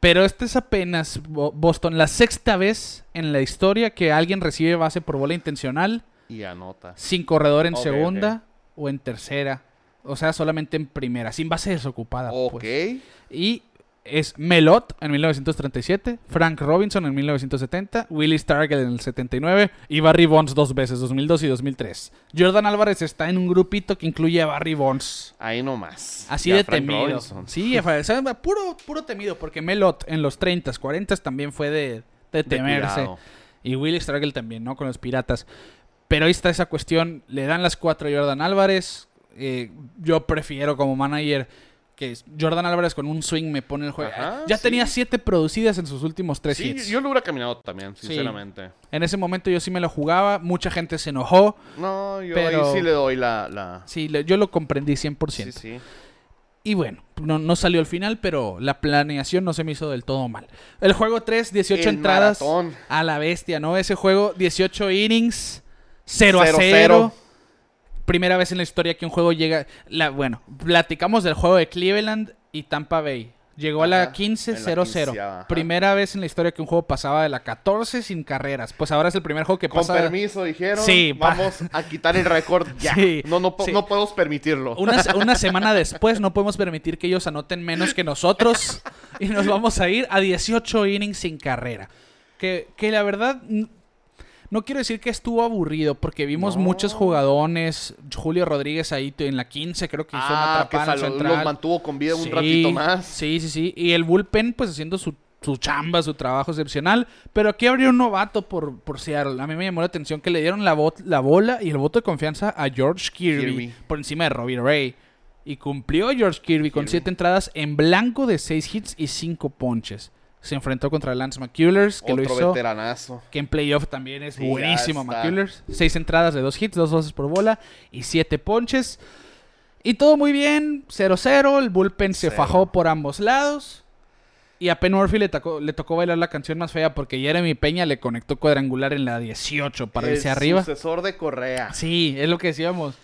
Pero esta es apenas Bo- Boston, la sexta vez en la historia que alguien recibe base por bola intencional
Y anota.
sin corredor en
Ok,
segunda o en tercera. O sea, solamente en primera, sin base desocupada.
Ok.
pues. Y es Melot en 1937, Frank Robinson en 1970, Willie Stargell en el 79 y Barry Bonds dos veces, 2002 y 2003. Jordan Álvarez está en un grupito que incluye a Barry Bonds.
Ahí nomás.
Así
Y a
de
Frank
temido.
Robinson.
Sí, o sea, puro, puro temido, porque Melot en los 30s, 40s también fue de, de
De
temerse.
cuidado.
Y Will Struggle también, ¿no? Con los piratas. Pero ahí está esa cuestión. Le dan las cuatro a Jordan Álvarez. Eh, yo prefiero como manager que Jordan Álvarez con un swing me pone el juego.
Ajá,
ya
sí.
tenía siete producidas en sus últimos tres
Sí,
hits.
yo lo hubiera caminado también,
Pues Sí.
sinceramente.
En ese momento yo sí me lo jugaba. Mucha gente se enojó.
No, yo
Pero-
ahí sí le doy la... la...
Sí, le- yo lo comprendí 100%.
Sí, sí.
Y bueno, no, no salió al final, pero la planeación no se me hizo del todo mal. El juego 3, 18
El
entradas
maratón.
a la bestia, ¿no? Ese juego, 18 innings, 0 a 0.
Cero, cero.
Primera vez en la historia que un juego llega. La, bueno, platicamos del juego de Cleveland y Tampa Bay. Llegó a la
Ajá,
15,
en la
0 0.
quinceava, ajá.
Primera vez en la historia que un juego pasaba de la 14 sin carreras. Pues ahora es el primer juego que
Con
pasa.
permiso, dijeron.
Sí, pa-
vamos a quitar el récord ya.
Sí,
no, no, po-
sí.
no podemos permitirlo.
Una, se- una semana después no podemos permitir que ellos anoten menos que nosotros y nos vamos a ir a 18 innings sin carrera. Que, que la verdad, n- no quiero decir que estuvo aburrido porque vimos
No.
muchos jugadones. Julio Rodríguez ahí t- en la 15 creo que hizo una
Ah, que
atrapada en
sal-
central.
los mantuvo con vida un
Sí,
ratito más.
Sí, sí, sí. Y el bullpen pues haciendo su, su chamba, su trabajo excepcional. Pero aquí abrió un novato por, por Seattle. A mí me llamó la atención que le dieron la, bot- la bola y el voto de confianza a George Kirby,
Kirby.
por encima de Robbie Ray. Y cumplió George Kirby con 7 entradas en blanco de 6 hits y 5 ponches. Se enfrentó contra Lance McCullers, que
Otro
lo hizo
veteranazo.
que en playoff también es
Sí, ya
buenísimo
está.
McCullers. Seis entradas de dos hits, dos bases por bola y siete ponches. Y todo muy bien, 0-0. El bullpen se
Cero.
fajó por ambos lados. Y a Pen Murphy le tocó, le tocó bailar la canción más fea porque Jeremy Peña le conectó cuadrangular en la 18 para irse
El
arriba.
sucesor de Correa.
Sí, es lo que decíamos.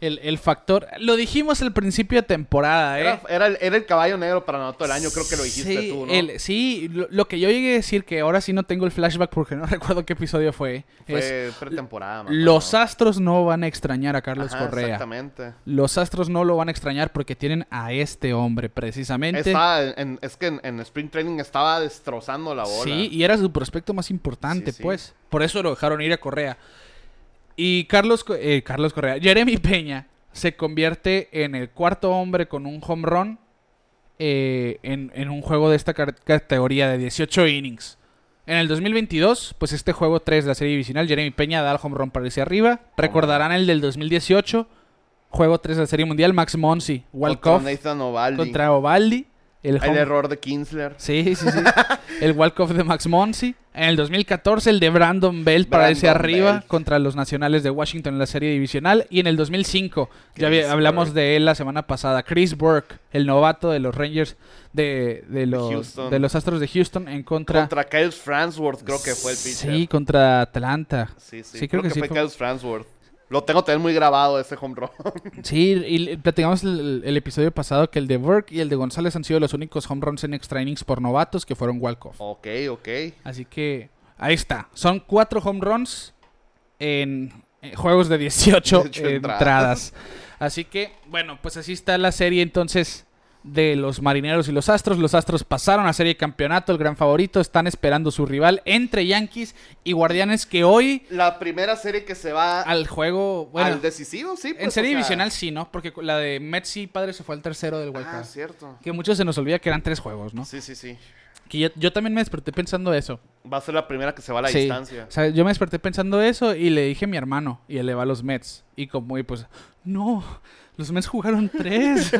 El, el factor. Lo dijimos al principio de temporada, ¿eh?
Era, era el, era el caballo negro para novato del año, creo que lo dijiste
sí,
tú, ¿no?
el- sí, lo, lo que yo llegué a decir, que ahora sí no tengo el flashback porque no recuerdo qué episodio fue. es-
Fue pretemporada, me acuerdo.
Los Astros no van a extrañar a Carlos
Ajá,
Correa.
Exactamente.
Los Astros no lo van a extrañar porque tienen a este hombre precisamente.
Estaba en- en- es que en, en Spring Training estaba destrozando la bola.
Sí, y era su prospecto más importante,
Sí, sí.
pues. Por eso lo dejaron ir a Correa. Y Carlos, Co- eh, Carlos Correa, Jeremy Peña se convierte en el cuarto hombre con un home run eh, en, en un juego de esta car- categoría de 18 innings. En el 2022, pues este juego 3 de la serie divisional, Jeremy Peña da el home run para irse arriba. Recordarán el del 2018, juego 3 de la serie mundial, Max Monsi,
Contra
walk-off
Nathan Ovaldi.
contra Ovaldi. El
El
home-
error de Kinsler.
Sí, sí, sí. el walk-off de Max Monsi. En el 2014 el de Brandon Belt para irse
Brandon
arriba
Belt.
contra los Nacionales de Washington en la serie divisional. Y en el 2005, ya
Chris
vi- hablamos
Burke.
de él la semana pasada, Chris Burke, el novato de los Rangers de, de los,
Houston.
de los Astros de Houston en contra...
Contra Kyle Fransworth, creo que fue el pitcher.
Sí, contra Atlanta.
sí, sí. Creo, que, fue,
fue-
Kyle Fransworth. Lo tengo también muy grabado ese home run.
Sí, y le- platicamos el, el episodio pasado que el de Burke y el de González han sido los únicos home runs en extra innings por novatos que fueron walk-off.
ok, ok.
Así que ahí está. Son cuatro home runs en eh, juegos de 18
18
entradas.
entradas.
Así que, bueno, pues así está la serie entonces de los marineros y los astros. Los astros pasaron a serie de campeonato, el gran favorito. Están esperando su rival entre Yankees y Guardianes que hoy
La primera serie que se va al,
al juego... Bueno,
decisivo, sí. pues,
en
o
serie
sea.
divisional sí, ¿no? Porque la de Mets y Padres se fue al tercero del World
Ah, cierto.
Que muchos se nos olvida que eran tres juegos, ¿no?
Sí, sí, sí.
Que yo, yo también me desperté pensando eso.
Va a ser la primera que se va a la
Sí.
distancia.
O sea, yo me desperté pensando eso y le dije a mi hermano, y él le va a los Mets. Y como, y pues, no, los Mets jugaron tres.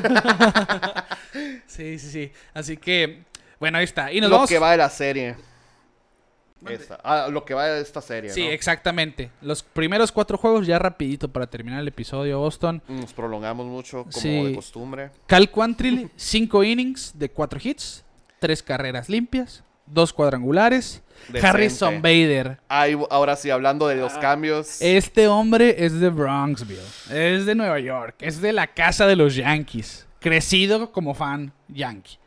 sí, sí, sí. Así que, bueno, ahí está. Y nos
lo
vamos.
que va de la serie. Esa. Ah, lo que va de esta serie,
Sí,
¿no?
exactamente. Los primeros cuatro juegos ya rapidito para terminar el episodio, Boston.
Nos prolongamos mucho, como
Sí.
de costumbre.
Cal Quantrill, cinco innings de cuatro hits, tres carreras limpias, dos cuadrangulares.
Decente.
Harrison Bader.
Ay, ahora sí, hablando de los cambios.
Este hombre es de Bronxville, es de Nueva York, es de la casa de los Yankees, crecido como fan yankee.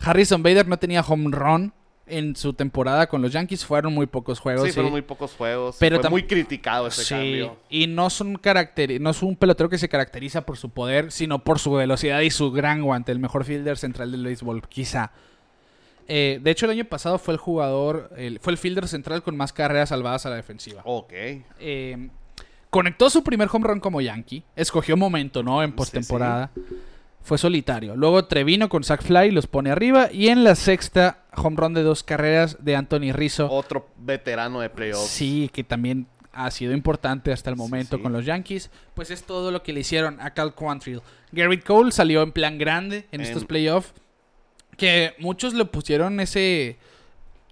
Harrison Bader no tenía home run en su temporada con los Yankees, fueron muy pocos juegos.
sí, fueron
sí.
muy pocos juegos.
Pero
Pero
tam-
fue muy criticado ese
Sí,
cambio.
y no, son caracteri- no es un pelotero que se caracteriza por su poder, sino por su velocidad y su gran guante, el mejor fielder central del béisbol, quizá. Eh, de hecho, el año pasado fue el jugador, el- fue el fielder central con más carreras salvadas a la defensiva.
Ok.
Eh, conectó su primer home run como Yankee. Escogió momento, ¿no? En postemporada. Fue solitario. Luego Trevino con Zach Fly los pone arriba. Y en la sexta, home run de dos carreras de Anthony Rizzo.
Otro veterano de playoffs.
Sí, que también ha sido importante hasta el momento
sí.
con los Yankees. Pues es todo lo que le hicieron a Cal Quantrill. Garrett Cole salió en plan grande en
En-
estos playoffs. Que muchos le pusieron ese.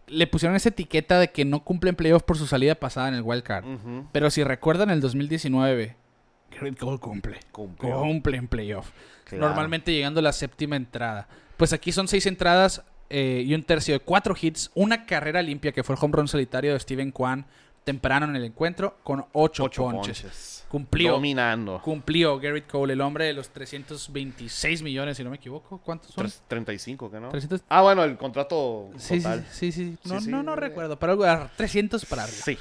Le pusieron esa etiqueta de que no cumplen playoffs por su salida pasada en el wild card.
Ujú.
Pero si recuerdan el 2019, Garrett Cole cumple.
Cumplió.
Cumple en playoff.
Claro.
Normalmente llegando a la séptima entrada. Pues aquí son seis entradas eh, y un tercio de cuatro hits. Una carrera limpia que fue el home run solitario de Steven Kwan temprano en el encuentro con ocho,
Ocho
ponches.
ponches.
Cumplió.
Dominando.
Cumplió Garrett Cole, el hombre de los 326 millones, si no me equivoco. ¿Cuántos son?
Tres- 35, ¿qué no?
300.
Ah, bueno, el contrato
Sí, sí,
total.
sí, sí. No,
Sí, sí.
no, no recuerdo. Pero algo, ah, 300 para arriba.
Sí.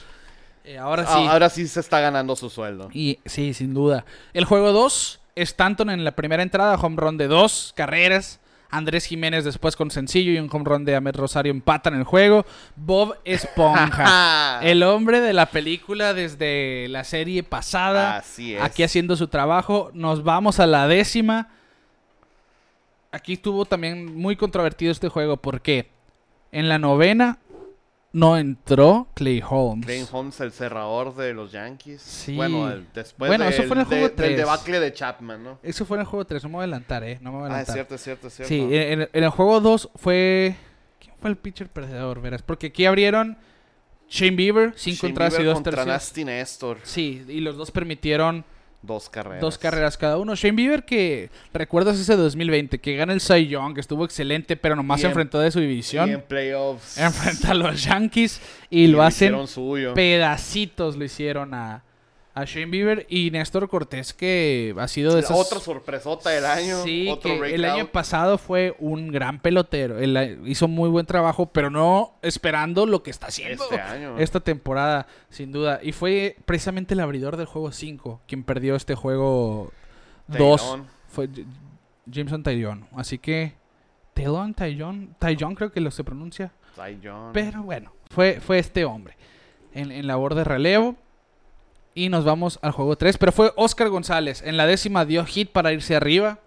Eh, ahora sí.
Ah, Ahora sí se está ganando su sueldo.
Y sí, sin duda. El juego 2, Stanton en la primera entrada, home run de dos carreras. Andrés Jiménez después con sencillo y un home run de Ahmed Rosario empatan el juego. Bob Esponja, el hombre de la película desde la serie pasada,
Así es.
aquí haciendo su trabajo. Nos vamos a la décima. Aquí estuvo también muy controvertido este juego. ¿Por qué? En la novena, no entró Clay Holmes.
Graham Holmes, el cerrador de los Yankees.
Sí.
Bueno, el- después
Bueno,
del,
eso fue en el
de-
juego
del
tres.
debacle de Chapman, ¿no?
Eso fue en el juego 3, no me voy a adelantar, ¿eh? No me voy a
Ah, es
adelantar.
cierto, es cierto, es cierto.
Sí, eh, en, en- en el juego 2 fue. ¿Quién fue el pitcher perdedor? Verás, porque aquí abrieron Shane Bieber, 5
Shane
entradas y 2
Bieber contra
tercios.
Nasty Néstor.
Sí, y los dos permitieron
Dos carreras.
dos carreras cada uno. Shane Bieber, que recuerdas ese 2020, que gana el Cy Young, que estuvo excelente, pero nomás
Y
se
en-
enfrentó de su
Y
división.
en playoffs.
Enfrenta a los Yankees y
y
lo hacen
hicieron suyo.
pedacitos, lo hicieron a, a Shane Bieber y Néstor Cortés, que ha sido de
La
esas...
Otra sorpresota del año.
Sí,
otro
que el
breakout.
año pasado fue un gran pelotero. Él eh, hizo muy buen trabajo, pero no esperando lo que está haciendo
Este año.
esta temporada, sin duda. Y fue precisamente el abridor del juego 5 quien perdió este juego 2.
Taylor.
Fue J- Jameson Taillon. Así que. Taylon, Taillon, Taillon creo que lo se pronuncia.
Cy Young.
Pero bueno, fue, fue este hombre en, en labor de relevo. Y nos vamos al juego 3. Pero fue Oscar González. En la décima dio hit para irse arriba.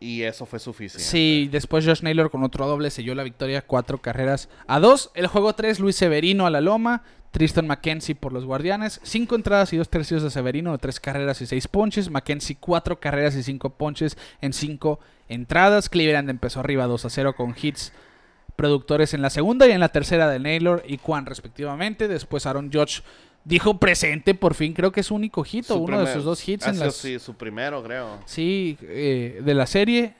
Y eso fue suficiente.
Sí, después Josh Naylor con otro doble selló la victoria, cuatro carreras a dos. El juego 3, Luis Severino a la loma, Tristan McKenzie por los Guardianes, cinco entradas y dos tercios de Severino, tres carreras y seis ponches, McKenzie cuatro carreras y cinco ponches en cinco entradas. Cleveland empezó arriba 2 a 0 con hits productores en la segunda y en la tercera de Naylor y Kwan respectivamente. Después Aaron Judge dijo presente, por fin creo que es su único hit o
Su
uno de
primer-
sus dos hits
ha
en
sido,
las...
Sí, su primero, creo.
Sí, eh, de la serie.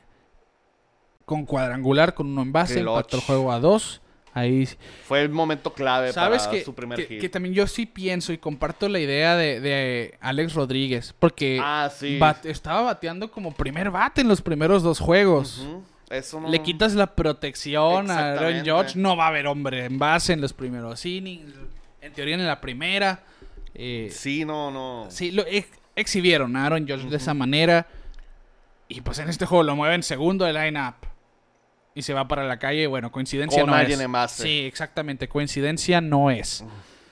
Con cuadrangular, con uno en base.
Clutch.
Empató el juego a dos. Ahí.
Fue el momento clave
Sabes
Eh, para
que,
su primer
que-
hit.
que también yo sí pienso y comparto la idea de, de Alex Rodríguez. Porque
ah, sí.
bat- estaba bateando como primer bate en los primeros dos juegos.
Ujú. Eso no...
Le quitas la protección a Aaron
Exactamente.
George. No va a haber hombre en base en los primeros innings. En teoría, en la primera. Eh,
Sí, no, no.
Sí, lo ex- exhibieron a Aaron Judge de esa manera. Y pues en este juego lo mueven segundo de line-up. Y se va para la calle. Bueno, coincidencia
Con
no
alguien
es.
en base.
Sí, exactamente. Coincidencia no es.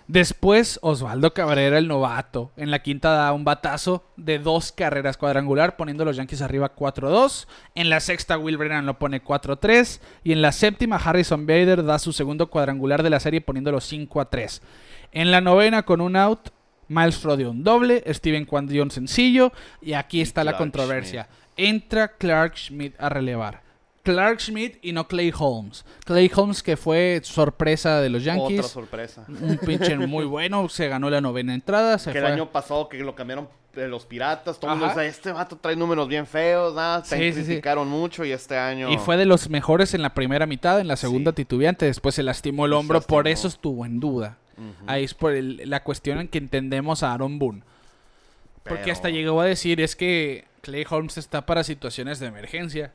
Después, Osvaldo Cabrera, el novato, en la quinta da un batazo de dos carreras cuadrangular, poniendo a los Yankees arriba 4-2. En la sexta, Will Brennan lo pone 4-3. Y en la séptima, Harrison Bader da su segundo cuadrangular de la serie, poniéndolo 5-3. En la novena, con un out, Miles Rodeo un doble, Steven Kwan dio un sencillo. Y aquí está la
Clark
controversia. Entra Clark Schmidt a relevar. Clark Schmidt y no Clay Holmes. Clay Holmes que fue sorpresa de los Yankees.
Otra sorpresa.
Un pitcher muy bueno, se ganó la novena entrada, se
Que el
fue.
año pasado que lo cambiaron de los piratas, todo el
Ajá.
mundo decía, este vato trae números bien feos, nada, se
Sí, sí, sí.
criticaron mucho y este año...
Y fue de los mejores en la primera mitad, en la segunda titubeante, después se lastimó el
Se
hombro, por
lastimó.
eso estuvo en duda. Ahí es por el- la cuestión en que entendemos a Aaron Boone. Porque
Pero-
hasta llegó a decir, es que Clay Holmes está para situaciones de emergencia.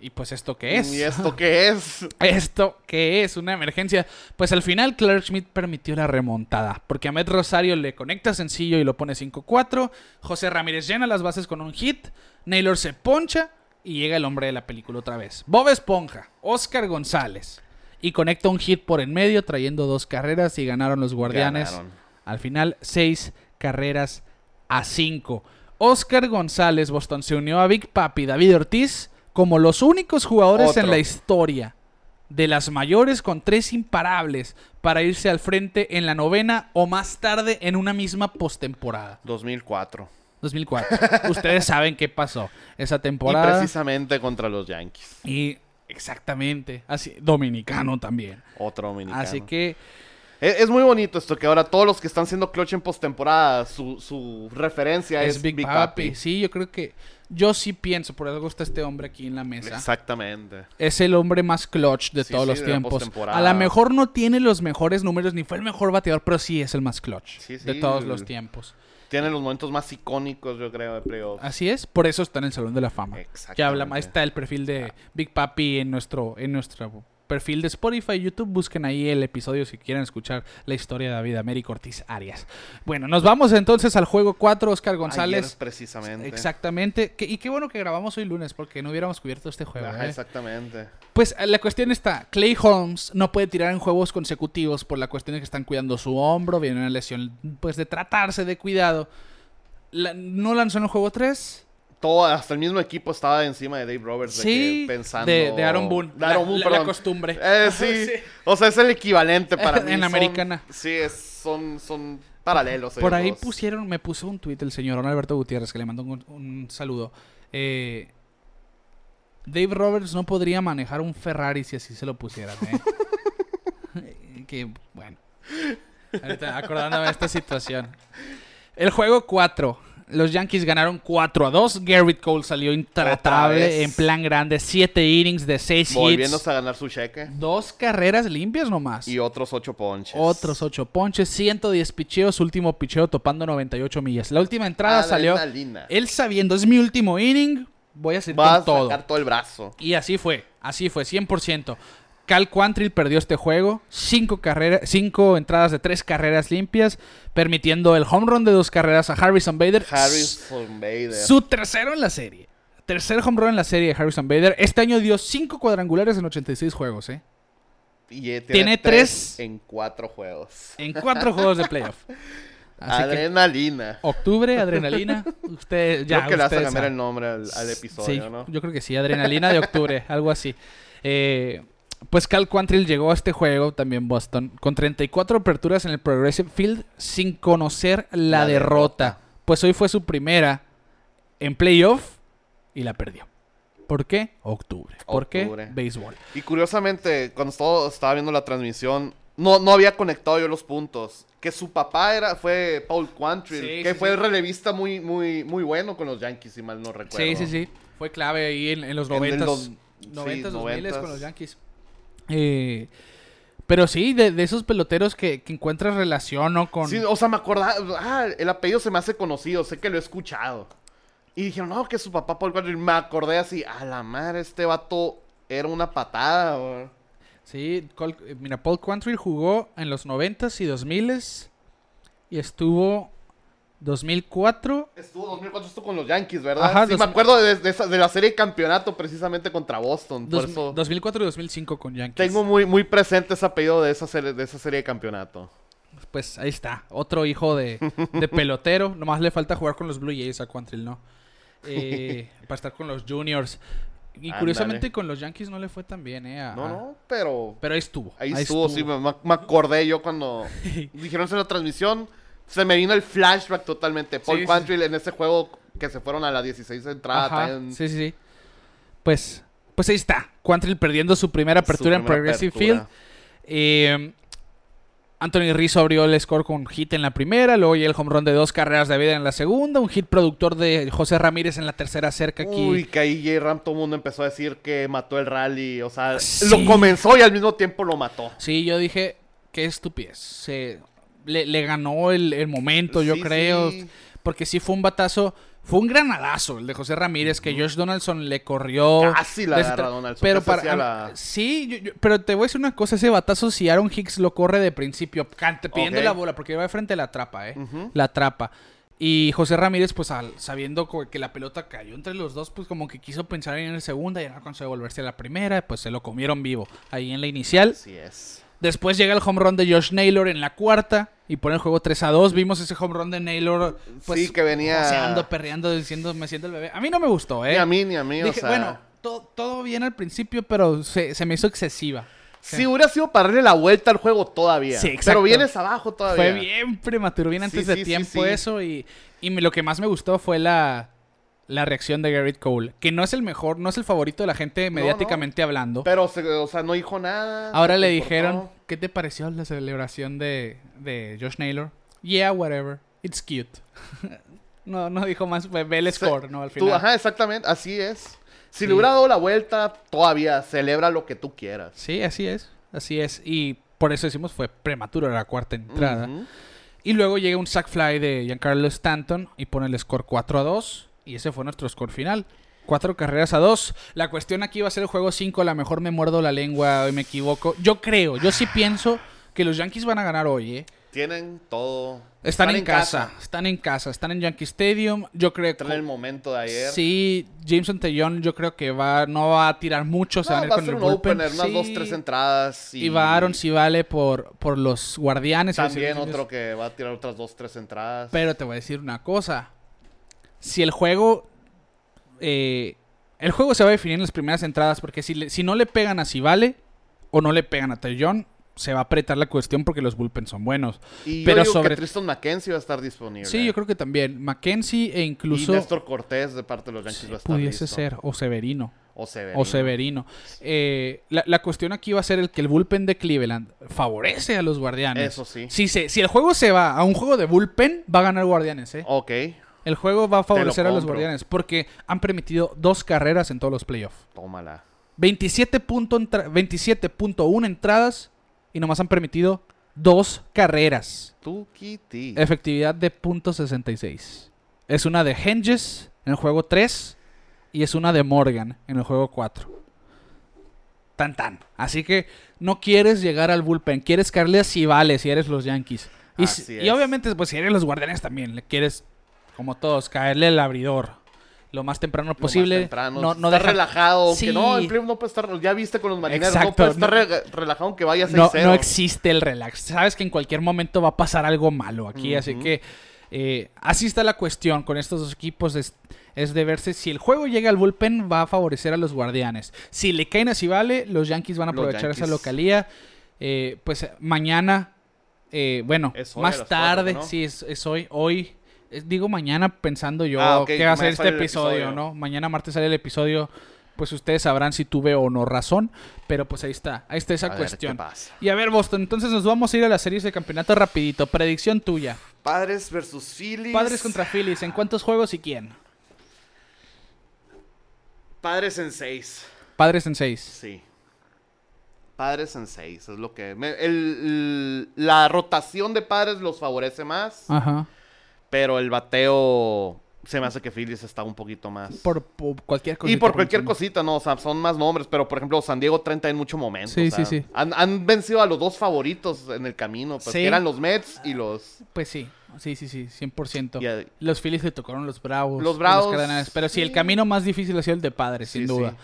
Y pues esto qué es.
¿Y esto qué es?
¿Esto qué es? ¿Una emergencia? Pues al final Clark Schmidt permitió la remontada, porque Ahmed Rosario le conecta sencillo y lo pone 5-4, José Ramírez llena las bases con un hit, Naylor se poncha y llega el hombre de la película otra vez. Bob Esponja, Oscar González, y conecta un hit por en medio trayendo dos carreras y ganaron los guardianes.
Ganaron.
Al final, seis carreras a cinco. Oscar González Boston se unió a Big Papi David Ortiz como los únicos jugadores en
Otro.
la historia de las mayores con tres imparables para irse al frente en la novena o más tarde en una misma postemporada.
2004.
2004. Ustedes saben qué pasó esa
Y
temporada.
precisamente contra los Yankees.
Y exactamente, así dominicano también.
Otro dominicano.
Así que
Es, es muy bonito esto que ahora todos los que están siendo clutch en postemporada, su, su referencia es,
es Big, Papi. Sí, yo creo que yo sí pienso, por algo está este hombre aquí en la mesa.
Exactamente.
es el hombre más clutch de
Sí,
todos
sí,
los
de la
tiempos.
postemporada.
A lo mejor no tiene los mejores números ni fue el mejor bateador, pero sí es el más clutch
Sí, sí,
de todos los
el-
tiempos.
Tiene los momentos más icónicos, yo creo, de playoff.
Así es, por eso está en el Salón de la Fama.
Exactamente. Ah.
Ya hablamos, ahí está el perfil de Big Papi en nuestro, en nuestro perfil de Spotify, YouTube. Busquen ahí el episodio si quieren escuchar la historia de David Américo Ortiz Arias. Bueno, nos vamos entonces al juego 4, Oscar González.
Ayer, precisamente.
Exactamente. Que- y qué bueno que grabamos hoy lunes porque no hubiéramos cubierto este juego.
Ajá,
¿eh?
exactamente.
Pues eh, la cuestión está, Clay Holmes no puede tirar en juegos consecutivos por la cuestión de que están cuidando su hombro, viene una lesión pues de tratarse de cuidado. La- no lanzó en el juego 3,
todo, hasta el mismo equipo estaba encima de Dave Roberts. de
Sí,
que pensando.
de- de Aaron Boone.
De Aaron
La-
Boone,
la- la
perdón.
costumbre.
Eh, sí.
Sí.
O sea, es el equivalente para mí.
En
son-
americana.
Sí, es- son, son paralelos.
Por
ellos
ahí
dos.
pusieron, me puso un tuit el señor Don Alberto Gutiérrez, que le mandó un, un saludo. Eh, Dave Roberts no podría manejar un Ferrari si así se lo pusieran. ¿eh? que bueno. Ahorita acordándome de esta situación. El juego 4. Los Yankees ganaron 4 a 2. Garrett Cole salió
Otra
intratable
vez.
en plan grande. 7 innings de 6 hits.
Volviéndose a ganar su cheque.
Dos carreras limpias nomás.
Y otros ocho ponches.
Otros 8 ponches, 110 picheos, último picheo topando 98 millas. La última
Ah,
entrada salió.
Adrenalina.
Él sabiendo, es mi último inning, voy a hacer
Va a
con todo.
sacar todo el brazo.
Y así fue, así fue, 100%. Cal Quantrill perdió este juego, 5 carreras, cinco entradas de 3 carreras limpias, permitiendo el home run de 2 carreras a Harrison Bader.
Harrison Bader.
Su tercero en la serie. Tercer home run en la serie de Harrison Bader. Este año dio 5 cuadrangulares en 86 juegos, ¿eh?
Y eh,
tiene tres-
en cuatro juegos.
En 4 juegos de playoff. Así que-
Adrenalina.
Octubre, adrenalina. Usted ya.
creo que le vas a
ustedes
cambiar
saben.
el nombre al, al episodio,
Sí,
¿no?
Yo creo que sí, adrenalina de octubre, algo así. Eh, pues Cal Quantrill llegó a este juego, también Boston, con 34 aperturas en el Progressive Field sin conocer la,
La
derrota.
derrota.
Pues hoy fue su primera en playoff y la perdió. ¿Por qué? Octubre. ¿Por
Octubre.
qué? Béisbol.
Y curiosamente, cuando todo- estaba viendo la transmisión, no, no había conectado yo los puntos. Que su papá era, fue Paul Quantrill,
Sí,
que
sí,
fue
sí.
relevista muy, muy, muy bueno con los Yankees, si mal no recuerdo.
Sí, sí, sí. Fue clave ahí en, en los
En el
90s.
dos- sí,
90s, 2000
noventas.
con los Yankees. Eh, pero sí, de, de esos peloteros que, que encuentras relación ¿no? con.
Sí, o sea, me acordaba, ah, el apellido se me hace conocido, sé que lo he escuchado. Y dijeron, no, que su papá Paul Quantrill. Me acordé así, a la madre, este vato era una patada, güey.
Sí, Col- eh, mira, Paul Quantrill jugó en los 90s y 2000s y estuvo 2004.
Estuvo 2004 estuvo con los Yankees, ¿verdad?
Ajá,
sí,
dos-
me acuerdo de, de esa- de la serie de campeonato precisamente contra Boston. Por
dos-
eso
2004 y 2005 con Yankees.
tengo muy, muy presente ese apellido de esa serie, de esa serie de campeonato.
Pues ahí está, otro hijo de, de pelotero. Nomás le falta jugar con los Blue Jays a Quantrill, ¿no? Eh, para estar con los Juniors. Y
Ándale.
curiosamente con los Yankees no le fue tan bien, ¿eh? A-
No,
a-
no, pero
Pero ahí estuvo.
ahí, estuvo, sí, me, me- me acordé yo cuando dijeron eso en la transmisión. Se me vino el flashback totalmente. Paul
Sí, sí.
Quantrill en ese juego que se fueron a las 16 entradas.
Ajá,
también
Sí, sí, sí. Pues, pues ahí está. Quantrill perdiendo su primera
su
apertura en
primera
Progressive
apertura.
Field. Eh, Anthony Rizzo abrió el score con hit en la primera, luego ya el home run de dos carreras de vida en la segunda, un hit productor de José Ramírez en la tercera cerca aquí.
Uy, que ahí J. Ram todo el mundo empezó a decir que mató el rally. O sea,
Sí.
lo comenzó y al mismo tiempo lo mató.
Sí, yo dije, qué estupidez. Se, le, le ganó el, el momento, yo
Sí,
creo.
sí.
Porque sí fue un batazo. Fue un granadazo el de José Ramírez que Josh Donaldson le corrió.
Casi la
Le-
agarra Donaldson,
Pero
casi hacía
para,
la-
Sí, yo- yo- pero te voy a decir una cosa. Ese batazo, si Aaron Hicks lo corre de principio, cante, pidiendo
Ok.
la bola, porque va de frente la atrapa, ¿eh?
Ujú.
La atrapa. Y José Ramírez, pues al- sabiendo co- que la pelota cayó entre los dos, pues como que quiso pensar en el segunda y no alcanzó a volverse a la primera, pues se lo comieron vivo ahí en la inicial.
Así es.
Después llega el home run de Josh Naylor en la cuarta y pone el juego 3 a 2. Vimos ese home run de Naylor. Pues,
Sí, que venía-
joseando, perreando, diciendo, me siento el bebé. A mí no me gustó, ¿eh?
Ni a mí, ni a mí, o
Dije,
sea.
bueno, to- todo bien al principio, pero se, se me hizo excesiva.
Si hubiera sido para darle la vuelta al juego todavía.
Sí, exacto.
Pero vienes abajo todavía.
Fue bien prematuro, bien antes
Sí,
de
sí, sí,
tiempo
sí.
eso. Y, y me- lo que más me gustó fue la, la reacción de Garrett Cole, que no es el mejor, no es el favorito de la gente mediáticamente hablando.
Pero, se- o sea, no dijo nada.
Ahora
no
le
se importó.
dijeron, ¿qué te pareció la celebración de, de Josh Naylor? Yeah, whatever. It's cute. no, no dijo más, ve ve el
Se-
score, ¿no? Al
tú-
final.
ajá, exactamente, así es. Si
Sí.
le hubiera dado la vuelta, todavía celebra lo que tú quieras.
Sí, así es. Así es. Y por eso decimos fue prematuro la cuarta entrada.
Ujú.
Y luego llega un sack fly de Giancarlo Stanton y pone el score 4 a 2. Y ese fue nuestro score final. Cuatro carreras a dos. La cuestión aquí va a ser el juego 5. A lo mejor me muerdo la lengua y me equivoco. Yo creo, yo sí pienso que los Yankees van a ganar hoy, ¿eh?
Tienen todo.
Están, en, casa, están en casa, están en Yankee Stadium. Yo creo
Están en el
que
momento de ayer.
sí, Jameson Tellón yo creo que va no va a tirar mucho,
No,
se van a ir
va a
con
ser
el
un
bullpen.
opener, unas
Sí,
dos, tres entradas. Y,
Y va Aaron si vale por por los Guardianes y los
También
Indios.
otro que va a tirar otras dos, tres entradas.
Pero te voy a decir una cosa. Si el juego eh, el juego se va a definir en las primeras entradas, porque si, le- si no le pegan a Civale o no le pegan a Tellón, se va a apretar la cuestión porque los bullpens son buenos.
Y
Pero
yo digo
sobre-
que Tristan McKenzie va a estar disponible.
Sí, yo creo que también. Mackenzie e incluso
Y Néstor Cortés de parte de los Yankees va a estar
pudiese
listo.
ser, o Severino.
O Severino.
O Severino. Eh, la, la cuestión aquí va a ser el que el bullpen de Cleveland favorece a los guardianes.
Eso sí.
Si, se- si el juego se va a un juego de bullpen, va a ganar guardianes, ¿eh?
Ok.
El juego va a favorecer a los
Oh. compro.
guardianes porque han permitido dos carreras en todos los playoffs.
Tómala.
27 punto entra- 27.1 entradas y nomás han permitido dos carreras.
Tú, Kitty.
Efectividad de .66. Es una de Henges en el juego 3 y es una de Morgan en el juego 4. Tan tan. Así que no quieres llegar al bullpen, quieres caerle a si vale si eres los Yankees. Y, si-
Así
y
es.
obviamente pues si eres los Guardianes también, le quieres como todos caerle al abridor lo más temprano
Lo más
posible.
temprano.
no no
está
deja-
relajado. Aunque
Sí.
no, en playoff no puede estar. Ya viste con los marineros.
Exacto,
no puede estar
no-
re- relajado aunque vaya 6-0.
no, no existe el relax. Sabes que en cualquier momento va a pasar algo malo aquí, así
Ujú.
que eh, así está la cuestión con estos dos equipos. Es, es de verse si el juego llega al bullpen va a favorecer a los guardianes. Si le caen a vale los Yankees van a
Los
aprovechar esa
Yankees.
localía. Eh, pues mañana, eh, bueno,
Es hoy a
más
las cuatro,
tarde,
¿no?
sí, es, es hoy, hoy. es- Digo mañana pensando yo
Ah, ok,
que va a ser
mañana
este
sale el
episodio,
episodio.
¿no? Mañana martes sale el episodio, pues ustedes sabrán si tuve o no razón, pero pues ahí está, ahí está esa
A ver,
cuestión.
¿qué pasa?
Y a ver, Boston, entonces nos vamos a ir a las series de campeonato rapidito. Predicción tuya.
Padres versus Phillies.
Padres contra Phillies, ¿en cuántos juegos y quién?
Padres en 6.
Padres en seis.
Sí. Padres en 6. Es lo que. me- el- el- la rotación de padres los favorece más.
Ajá.
Pero el bateo. Se me hace que Phillies está un poquito más.
Por, por cualquier cosa.
Y por cualquier cosita, no, o sea, son más nombres, pero por ejemplo, San Diego 30 en mucho momento.
Sí,
o sea,
sí, sí.
Han, han vencido a los dos favoritos en el camino, pues,
Sí.
que eran los Mets y los.
Pues sí, sí, sí, sí, 100%.
Y a-
Los Phillies le tocaron los Bravos.
Los
y
Bravos,
Cardenales, pero sí, el
sí.
camino más difícil ha sido el de Padres, sin
Sí,
duda.
sí.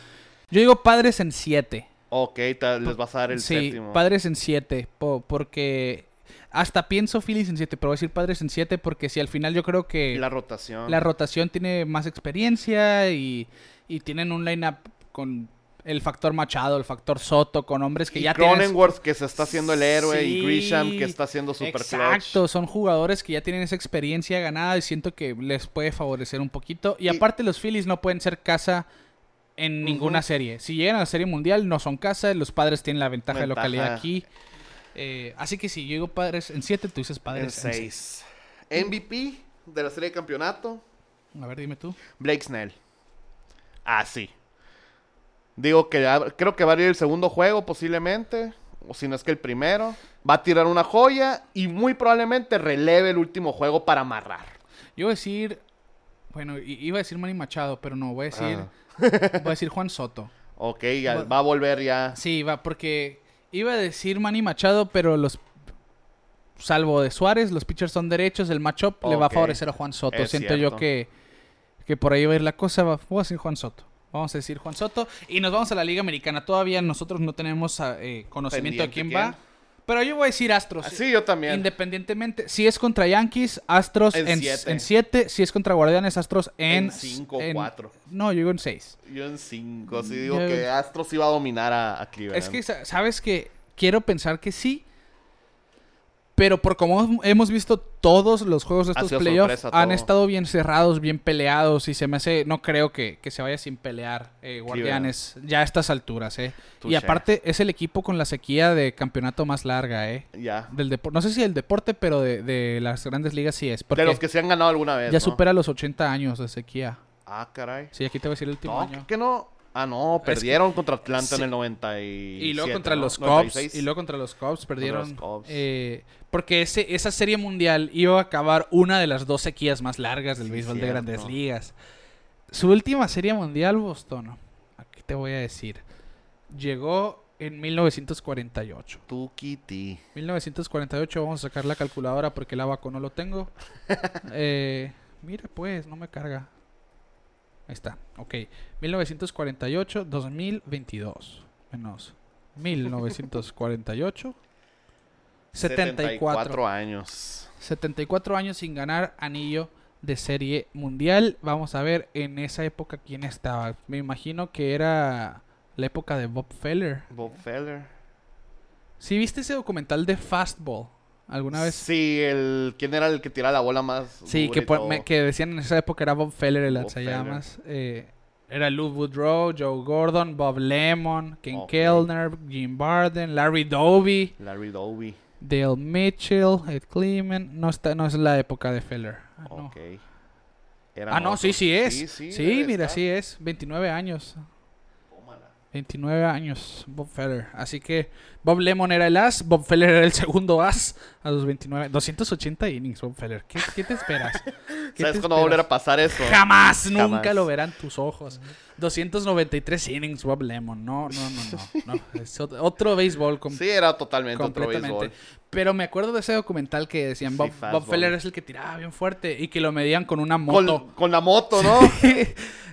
Yo digo Padres en siete.
Ok, ta- les vas a dar el
sí,
séptimo.
Padres en 7, porque hasta pienso Phillies en 7, pero voy a decir Padres en 7 porque si al final yo creo que
La rotación.
la rotación tiene más experiencia y, y tienen un lineup con el factor Machado, el factor Soto, con hombres que
y
ya tienen
Cronenworth, que se está haciendo el héroe, y
Sí.
Grisham, que está haciendo super
Exacto, son jugadores que ya tienen esa experiencia ganada y siento que les puede favorecer un poquito. Y,
Y-
aparte los Phillies no pueden ser casa en ninguna
Ujú.
serie. Si llegan a la serie mundial no son casa, los padres tienen la ventaja, de
Ventaja.
localidad aquí. Eh, así que si yo digo padres en 7, tú dices padres
En 6. MVP de la serie de campeonato,
seis. A ver, dime tú.
Blake Snell. Ah, sí. Digo que ab- creo que va a abrir el segundo juego posiblemente, o si no es que el primero. Va a tirar una joya y muy probablemente releve el último juego para amarrar.
Yo voy a decir, bueno, i- iba a decir Manny Machado, pero no, voy a
Ah.
decir, voy a decir Juan Soto.
Ok, ya
Bueno.
va a volver ya.
Sí, va, porque iba a decir Manny Machado, pero los. Salvo de Suárez, los pitchers son derechos. El matchup le va a
Ok.
favorecer a Juan Soto.
Es
Siento yo
cierto.
que, que por ahí va a ir la cosa. Va, voy a decir Juan Soto. Vamos a decir Juan Soto. Y nos vamos a la Liga Americana. Todavía nosotros no tenemos ah, eh, conocimiento de quién,
Pendiente
va. Pero yo voy a decir Astros.
Sí, yo también.
Independientemente, si es contra Yankees, Astros
En
en
siete.
7. Si es contra Guardianes, Astros en.
En cinco,
en-
cuatro.
No, yo digo en 6.
Yo en 5, sí digo
Yo-
que Astros iba a dominar a, a Cleveland.
Es que, sa- ¿sabes que Quiero pensar que sí. Pero por como hem- hemos visto todos los juegos de
Ha
estos
sido
playoffs,
sorpresa
han
todo.
estado bien cerrados, bien peleados. Y se me hace. No creo que, que se vaya sin pelear, eh, Guardianes, ya a estas alturas, ¿eh? Y
Touché.
aparte, es el equipo con la sequía de campeonato más larga, ¿eh?
ya.
Del depo- no sé si del deporte, pero de, de las grandes ligas sí es. Porque
De los que se han ganado alguna vez.
ya
Pues, ¿no?
supera los 80 años de sequía.
Ah, caray.
Sí, aquí te voy a decir el último
No,
año.
que no. Ah, no,
que-
perdieron contra Atlanta
Sí.
en el 97.
Y luego contra
¿no?
los Cubs.
96.
Y luego contra los Cubs perdieron.
los Cubs.
eh, porque ese, esa serie mundial iba a acabar una de las dos sequías más largas del
Sí,
béisbol de
cierto.
grandes ligas. Su última serie mundial, Boston. Aquí te voy a decir. Llegó en 1948.
Tú, Kitty.
1948, vamos a sacar la calculadora porque el abaco no lo tengo. Eh, mira, pues, no me carga. Ahí está, ok. 1948, 2022. Menos 1948. 74.
74 años.
74 años sin ganar anillo de serie mundial. Vamos a ver en esa época quién estaba. Me imagino que era la época de Bob Feller.
Bob Feller.
¿Sí viste ese documental de Fastball? ¿Alguna vez?
Sí, el... ¿Quién era el que tiraba la bola más?
Sí,
dura
que, por-
pues, y todo?
me- que decían en esa época era Bob Feller el
Bob
lanzallamas. Eh, era Lou Woodrow, Joe Gordon, Bob Lemon, Ken
Ok.
Kellner, Jim Barden, Larry Doby,
Larry Doby.
Dale Mitchell, Ed Clement. No, está, no es la época de Feller. Ah, no.
Ok. Eran
Ah, no, sí,
otros.
sí es.
Sí,
Sí,
sí, debe
mira,
estar.
sí es. 29 años.
Tómala.
29 años, Bob Feller. Así que Bob Lemon era el as, Bob Feller era el segundo as a los 29. 280 innings, Bob Feller. ¿Qué, qué te esperas? ¿Qué
¿Sabes
te
cuándo va a volver
esperas?
a pasar eso?
Jamás, nunca
Jamás.
lo verán tus ojos. 293 innings, Bob Lemon. No, no, no, no. no. Es ot- otro béisbol com-
Sí, era totalmente otro
completamente.
béisbol.
Pero me acuerdo de ese documental que decían
Sí,
Bob,
fastball.
Bob Feller es el que tiraba bien fuerte y que lo medían con una moto.
Con, con la moto, ¿no?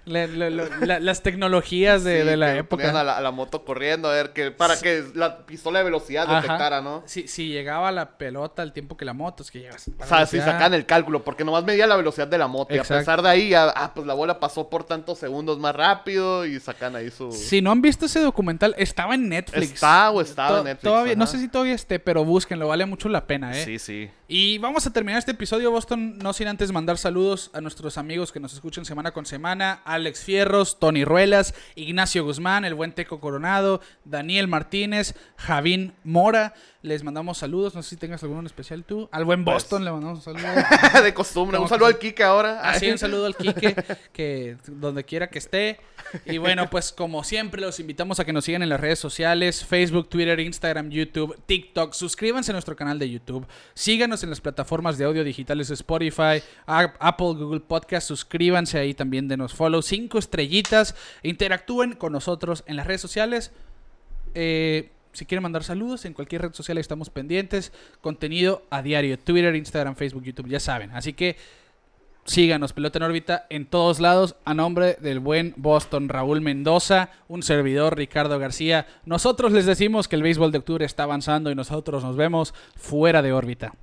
Le- le- lo- la- las tecnologías de,
Sí,
de la
que
época.
ponían A la, a la moto corriendo, a ver, que para que la pistola de velocidad
Ajá.
detectara, ¿no?
Si, si llegaba la pelota al tiempo que la moto, es que llegas.
O sea, si sacan el cálculo, porque nomás medía la velocidad de la moto. Y a
Exacto.
pesar de ahí, ah, ah, pues la bola pasó por tantos segundos más rápido y sacan ahí su...
Si no han visto ese documental, estaba en Netflix.
Está o estaba
To-
en Netflix,
todavía- no
ajá.
sé si todavía esté, pero búsquenlo, vale mucho la pena, ¿eh?
Sí, sí.
Y vamos a terminar este episodio, Boston, no sin antes mandar saludos a nuestros amigos que nos escuchan semana con semana, Alex Fierros, Tony Ruelas, Ignacio Guzmán, el buen Teco Coronado, Daniel Martínez, Javín Mora, les mandamos saludos, no sé si tengas alguno en especial tú, al buen Boston le mandamos saludos.
de costumbre. Un
Como
saludo
que-
al Kike ahora.
Así
Ay.
Ah, un saludo al Quique, que donde quiera que esté. Y bueno, pues como siempre, los invitamos a que nos sigan en las redes sociales: Facebook, Twitter, Instagram, YouTube, TikTok. Suscríbanse a nuestro canal de YouTube. Síganos en las plataformas de audio digitales Spotify, A- Apple, Google Podcast. Suscríbanse ahí también, denos follow. Cinco estrellitas. Interactúen con nosotros en las redes sociales. Eh, si quieren mandar saludos, en cualquier red social estamos pendientes. Contenido a diario: Twitter, Instagram, Facebook, YouTube, ya saben. Así que síganos, Pelota en órbita, en todos lados. A nombre del buen Boston, Raúl Mendoza, un servidor, Ricardo García. Nosotros les decimos que el béisbol de octubre está avanzando y nosotros nos vemos fuera de órbita.